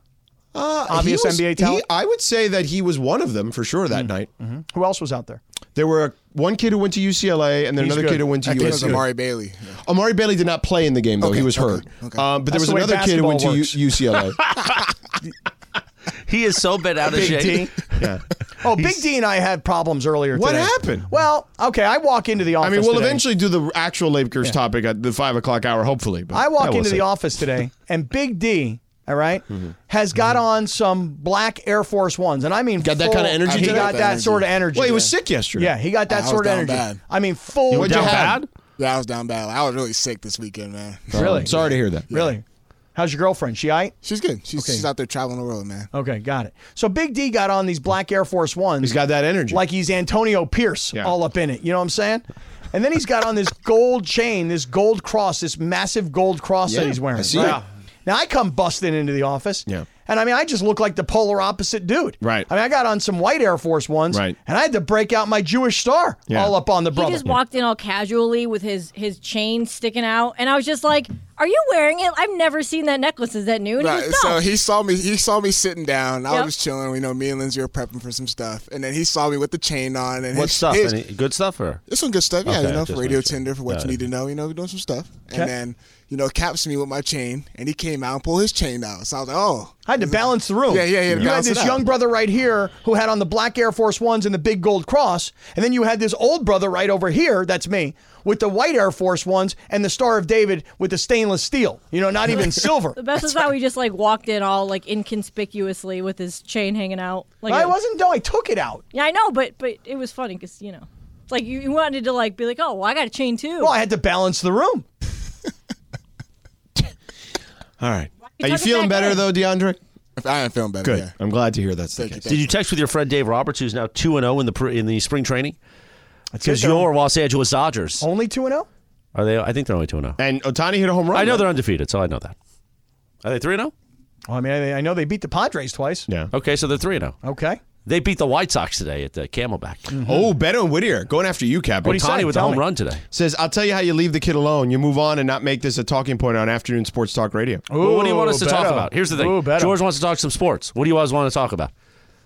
Speaker 1: Uh,
Speaker 5: Obvious
Speaker 1: he was-
Speaker 5: NBA
Speaker 1: he-
Speaker 5: talent? Mm.
Speaker 1: I would say that he was one of them for sure that night.
Speaker 5: Who else was out there?
Speaker 1: There were a, one kid who went to UCLA and then
Speaker 5: He's
Speaker 1: another
Speaker 5: good.
Speaker 1: kid who went to
Speaker 3: I think it was
Speaker 1: USC.
Speaker 3: Amari Bailey.
Speaker 1: Amari Bailey did not play in the game though. he
Speaker 3: Okay,
Speaker 1: was hurt.
Speaker 3: okay, okay.
Speaker 1: Um, but there
Speaker 5: That's
Speaker 1: was
Speaker 5: the way
Speaker 1: another kid who went
Speaker 5: basketball
Speaker 1: to U- UCLA.
Speaker 7: He is so bent out of shape.
Speaker 1: yeah.
Speaker 5: Oh, Big D and I had problems earlier
Speaker 1: What
Speaker 5: today.
Speaker 1: happened?
Speaker 5: Well, okay, I walk into the office
Speaker 1: I mean, we'll
Speaker 5: today.
Speaker 1: eventually do the actual Lakers topic at the five o'clock hour, hopefully. But
Speaker 5: I
Speaker 1: yeah,
Speaker 5: walk
Speaker 1: we'll
Speaker 5: into
Speaker 1: see.
Speaker 5: the office today, and Big D, all right,
Speaker 1: Mm-hmm.
Speaker 5: has got on some black Air Force Ones, and I mean, got
Speaker 1: that kind of energy
Speaker 5: He
Speaker 1: today?
Speaker 5: got
Speaker 3: That
Speaker 5: that
Speaker 3: energy.
Speaker 5: sort of energy.
Speaker 1: Well, he was sick yesterday.
Speaker 5: Yeah, he got that
Speaker 3: I was
Speaker 5: sort of
Speaker 3: down
Speaker 5: energy.
Speaker 3: bad.
Speaker 5: I mean, full.
Speaker 1: What'd you have? Oh,
Speaker 3: Yeah, I was down bad. I was really sick this weekend, man.
Speaker 5: Really?
Speaker 1: Sorry to hear that.
Speaker 5: Really? How's your girlfriend? She all right?
Speaker 3: She's good. She's, she's out there traveling the world, man.
Speaker 5: Okay, got it. So Big D got on these black Air Force Ones.
Speaker 1: He's got that energy.
Speaker 5: like he's Antonio Pierce
Speaker 1: Yeah.
Speaker 5: all up in it. You know what I'm saying? And then he's got on this gold chain, this gold cross, this massive gold cross that
Speaker 1: Yeah,
Speaker 5: he's wearing.
Speaker 1: I see
Speaker 5: right?
Speaker 1: it.
Speaker 5: Now I come busting into the office.
Speaker 1: Yeah.
Speaker 5: And I mean, I just look like the polar opposite dude.
Speaker 1: Right.
Speaker 5: I mean, I got on some white Air Force ones.
Speaker 1: Right.
Speaker 5: And I had to break out my Jewish star
Speaker 1: Yeah.
Speaker 5: all up on the
Speaker 2: He
Speaker 5: brother.
Speaker 2: just walked in all casually with his his chain sticking out, and I was just like, "Are you wearing it? I've never seen that necklace. Is that new?" And
Speaker 3: Right,
Speaker 2: he goes,
Speaker 3: so
Speaker 2: "No."
Speaker 3: he saw me. He saw me sitting down. I
Speaker 2: Yep.
Speaker 3: was chilling. You know, me and Lindsay were prepping for some stuff, and then he saw me with the chain on. And
Speaker 7: What
Speaker 3: his,
Speaker 7: stuff?
Speaker 3: His,
Speaker 7: Any good stuff or?
Speaker 3: It's some good stuff, yeah.
Speaker 7: Okay,
Speaker 3: you know,
Speaker 7: just
Speaker 3: for Radio
Speaker 7: make sure.
Speaker 3: Tinder, for what
Speaker 7: Got
Speaker 3: you
Speaker 7: it.
Speaker 3: need to know. You know, we're doing some stuff,
Speaker 5: Okay.
Speaker 3: and then you know, caps me with my chain, and he came out and pulled his chain out. So I was like, oh,
Speaker 5: I had to balance the room.
Speaker 3: Yeah, yeah, yeah, to
Speaker 5: You had
Speaker 3: balance it
Speaker 5: this
Speaker 3: out.
Speaker 5: young brother right here who had on the black Air Force Ones and the big gold cross, and then you had this old brother right over here, that's me, with the white Air Force Ones and the Star of David with the stainless steel. You know, not even silver.
Speaker 2: The best is how he just like walked in all like inconspicuously with his chain hanging out. Like
Speaker 5: I wasn't. No, I took it out.
Speaker 2: Yeah, I know, but but it was funny because you know, it's like you, you wanted to like be like, "Oh, well, I got a chain too."
Speaker 5: Well, I had to balance the room.
Speaker 1: All right.
Speaker 2: You
Speaker 1: Are you
Speaker 2: tuck it
Speaker 1: feeling
Speaker 2: back
Speaker 1: better
Speaker 2: in.
Speaker 1: though, DeAndre?
Speaker 3: if I am feeling better.
Speaker 1: Good.
Speaker 3: Yeah.
Speaker 1: I'm glad to hear that's the
Speaker 3: Thank you.
Speaker 1: case.
Speaker 3: Thank
Speaker 7: Did you text with your friend Dave Roberts, who's now two and zero in the pr- in the spring training? Because
Speaker 5: good, though. Oh.
Speaker 7: you're Los Angeles Dodgers.
Speaker 5: Only two and zero.
Speaker 7: Are they? I think they're only two and zero.
Speaker 1: And Otani hit a home run.
Speaker 7: I know they're
Speaker 1: right?
Speaker 7: undefeated, so I know that. Are they three and oh? zero?
Speaker 5: Well, I mean, I, I know they beat the Padres twice.
Speaker 1: Yeah.
Speaker 7: Okay, so they're three and zero.
Speaker 5: Okay.
Speaker 7: They beat the White Sox today at the Camelback.
Speaker 1: Oh, Beto and Whittier going after you, Cap.
Speaker 5: What'd he say?
Speaker 7: Tony with a
Speaker 5: Tell
Speaker 7: home
Speaker 5: me.
Speaker 7: run today.
Speaker 1: Says, I'll tell you how you leave the kid alone. You move on and not make this a talking point on afternoon sports talk radio.
Speaker 7: Well, what do you want us to
Speaker 5: Ooh,
Speaker 7: talk
Speaker 5: Beto.
Speaker 7: about? Here's the thing.
Speaker 5: Ooh, Beto.
Speaker 7: George wants to talk some sports. What do you guys want to talk about?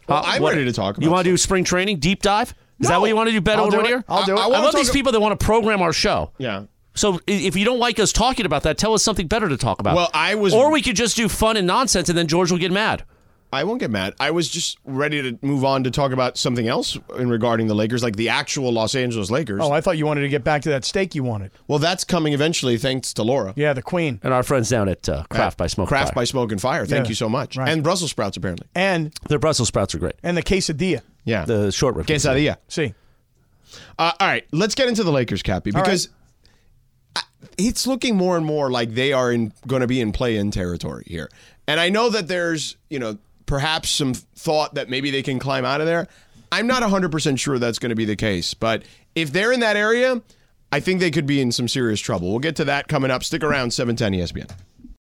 Speaker 1: Well, I'm
Speaker 7: what-
Speaker 1: ready Uh, to talk about
Speaker 7: You want to do spring training deep dive? Is that what you want to do, Beto
Speaker 5: I'll
Speaker 7: and
Speaker 5: do it.
Speaker 7: Whittier?
Speaker 5: I'll do it.
Speaker 7: I,
Speaker 5: I
Speaker 1: wanna
Speaker 7: love these
Speaker 1: talk-
Speaker 7: people that want to program our show.
Speaker 1: Yeah.
Speaker 7: So i- if you don't like us talking about that, tell us something better to talk about.
Speaker 1: Well, I was-
Speaker 7: or we could just do fun and nonsense, and then George will get mad.
Speaker 1: I won't get mad. I was just ready to move on to talk about something else in regarding the Lakers, like the actual Los Angeles Lakers.
Speaker 5: Oh, I thought you wanted to get back to that steak you wanted.
Speaker 1: Well, that's coming eventually, thanks to Laura.
Speaker 5: Yeah, the Queen
Speaker 7: And our friends down at uh, Craft by Smoke.
Speaker 1: Craft
Speaker 7: Fire.
Speaker 1: by Smoke and Fire. Thank
Speaker 5: Yeah.
Speaker 1: you so much.
Speaker 5: Right.
Speaker 1: And Brussels sprouts, apparently.
Speaker 5: and
Speaker 7: Their Brussels sprouts are great.
Speaker 5: and the quesadilla.
Speaker 1: Yeah.
Speaker 7: The short rib.
Speaker 1: quesadilla.
Speaker 5: See,
Speaker 1: Uh, all right, let's get into the Lakers, Cappy,
Speaker 5: right.
Speaker 1: because I, it's looking more and more like they are in going to be in play-in territory here. And I know that there's, you know, perhaps some thought that maybe they can climb out of there. I'm not 100% sure that's going to be the case, but if they're E in that area, I think they could be in some serious trouble. We'll get to that coming up. Stick around, 710 ESPN.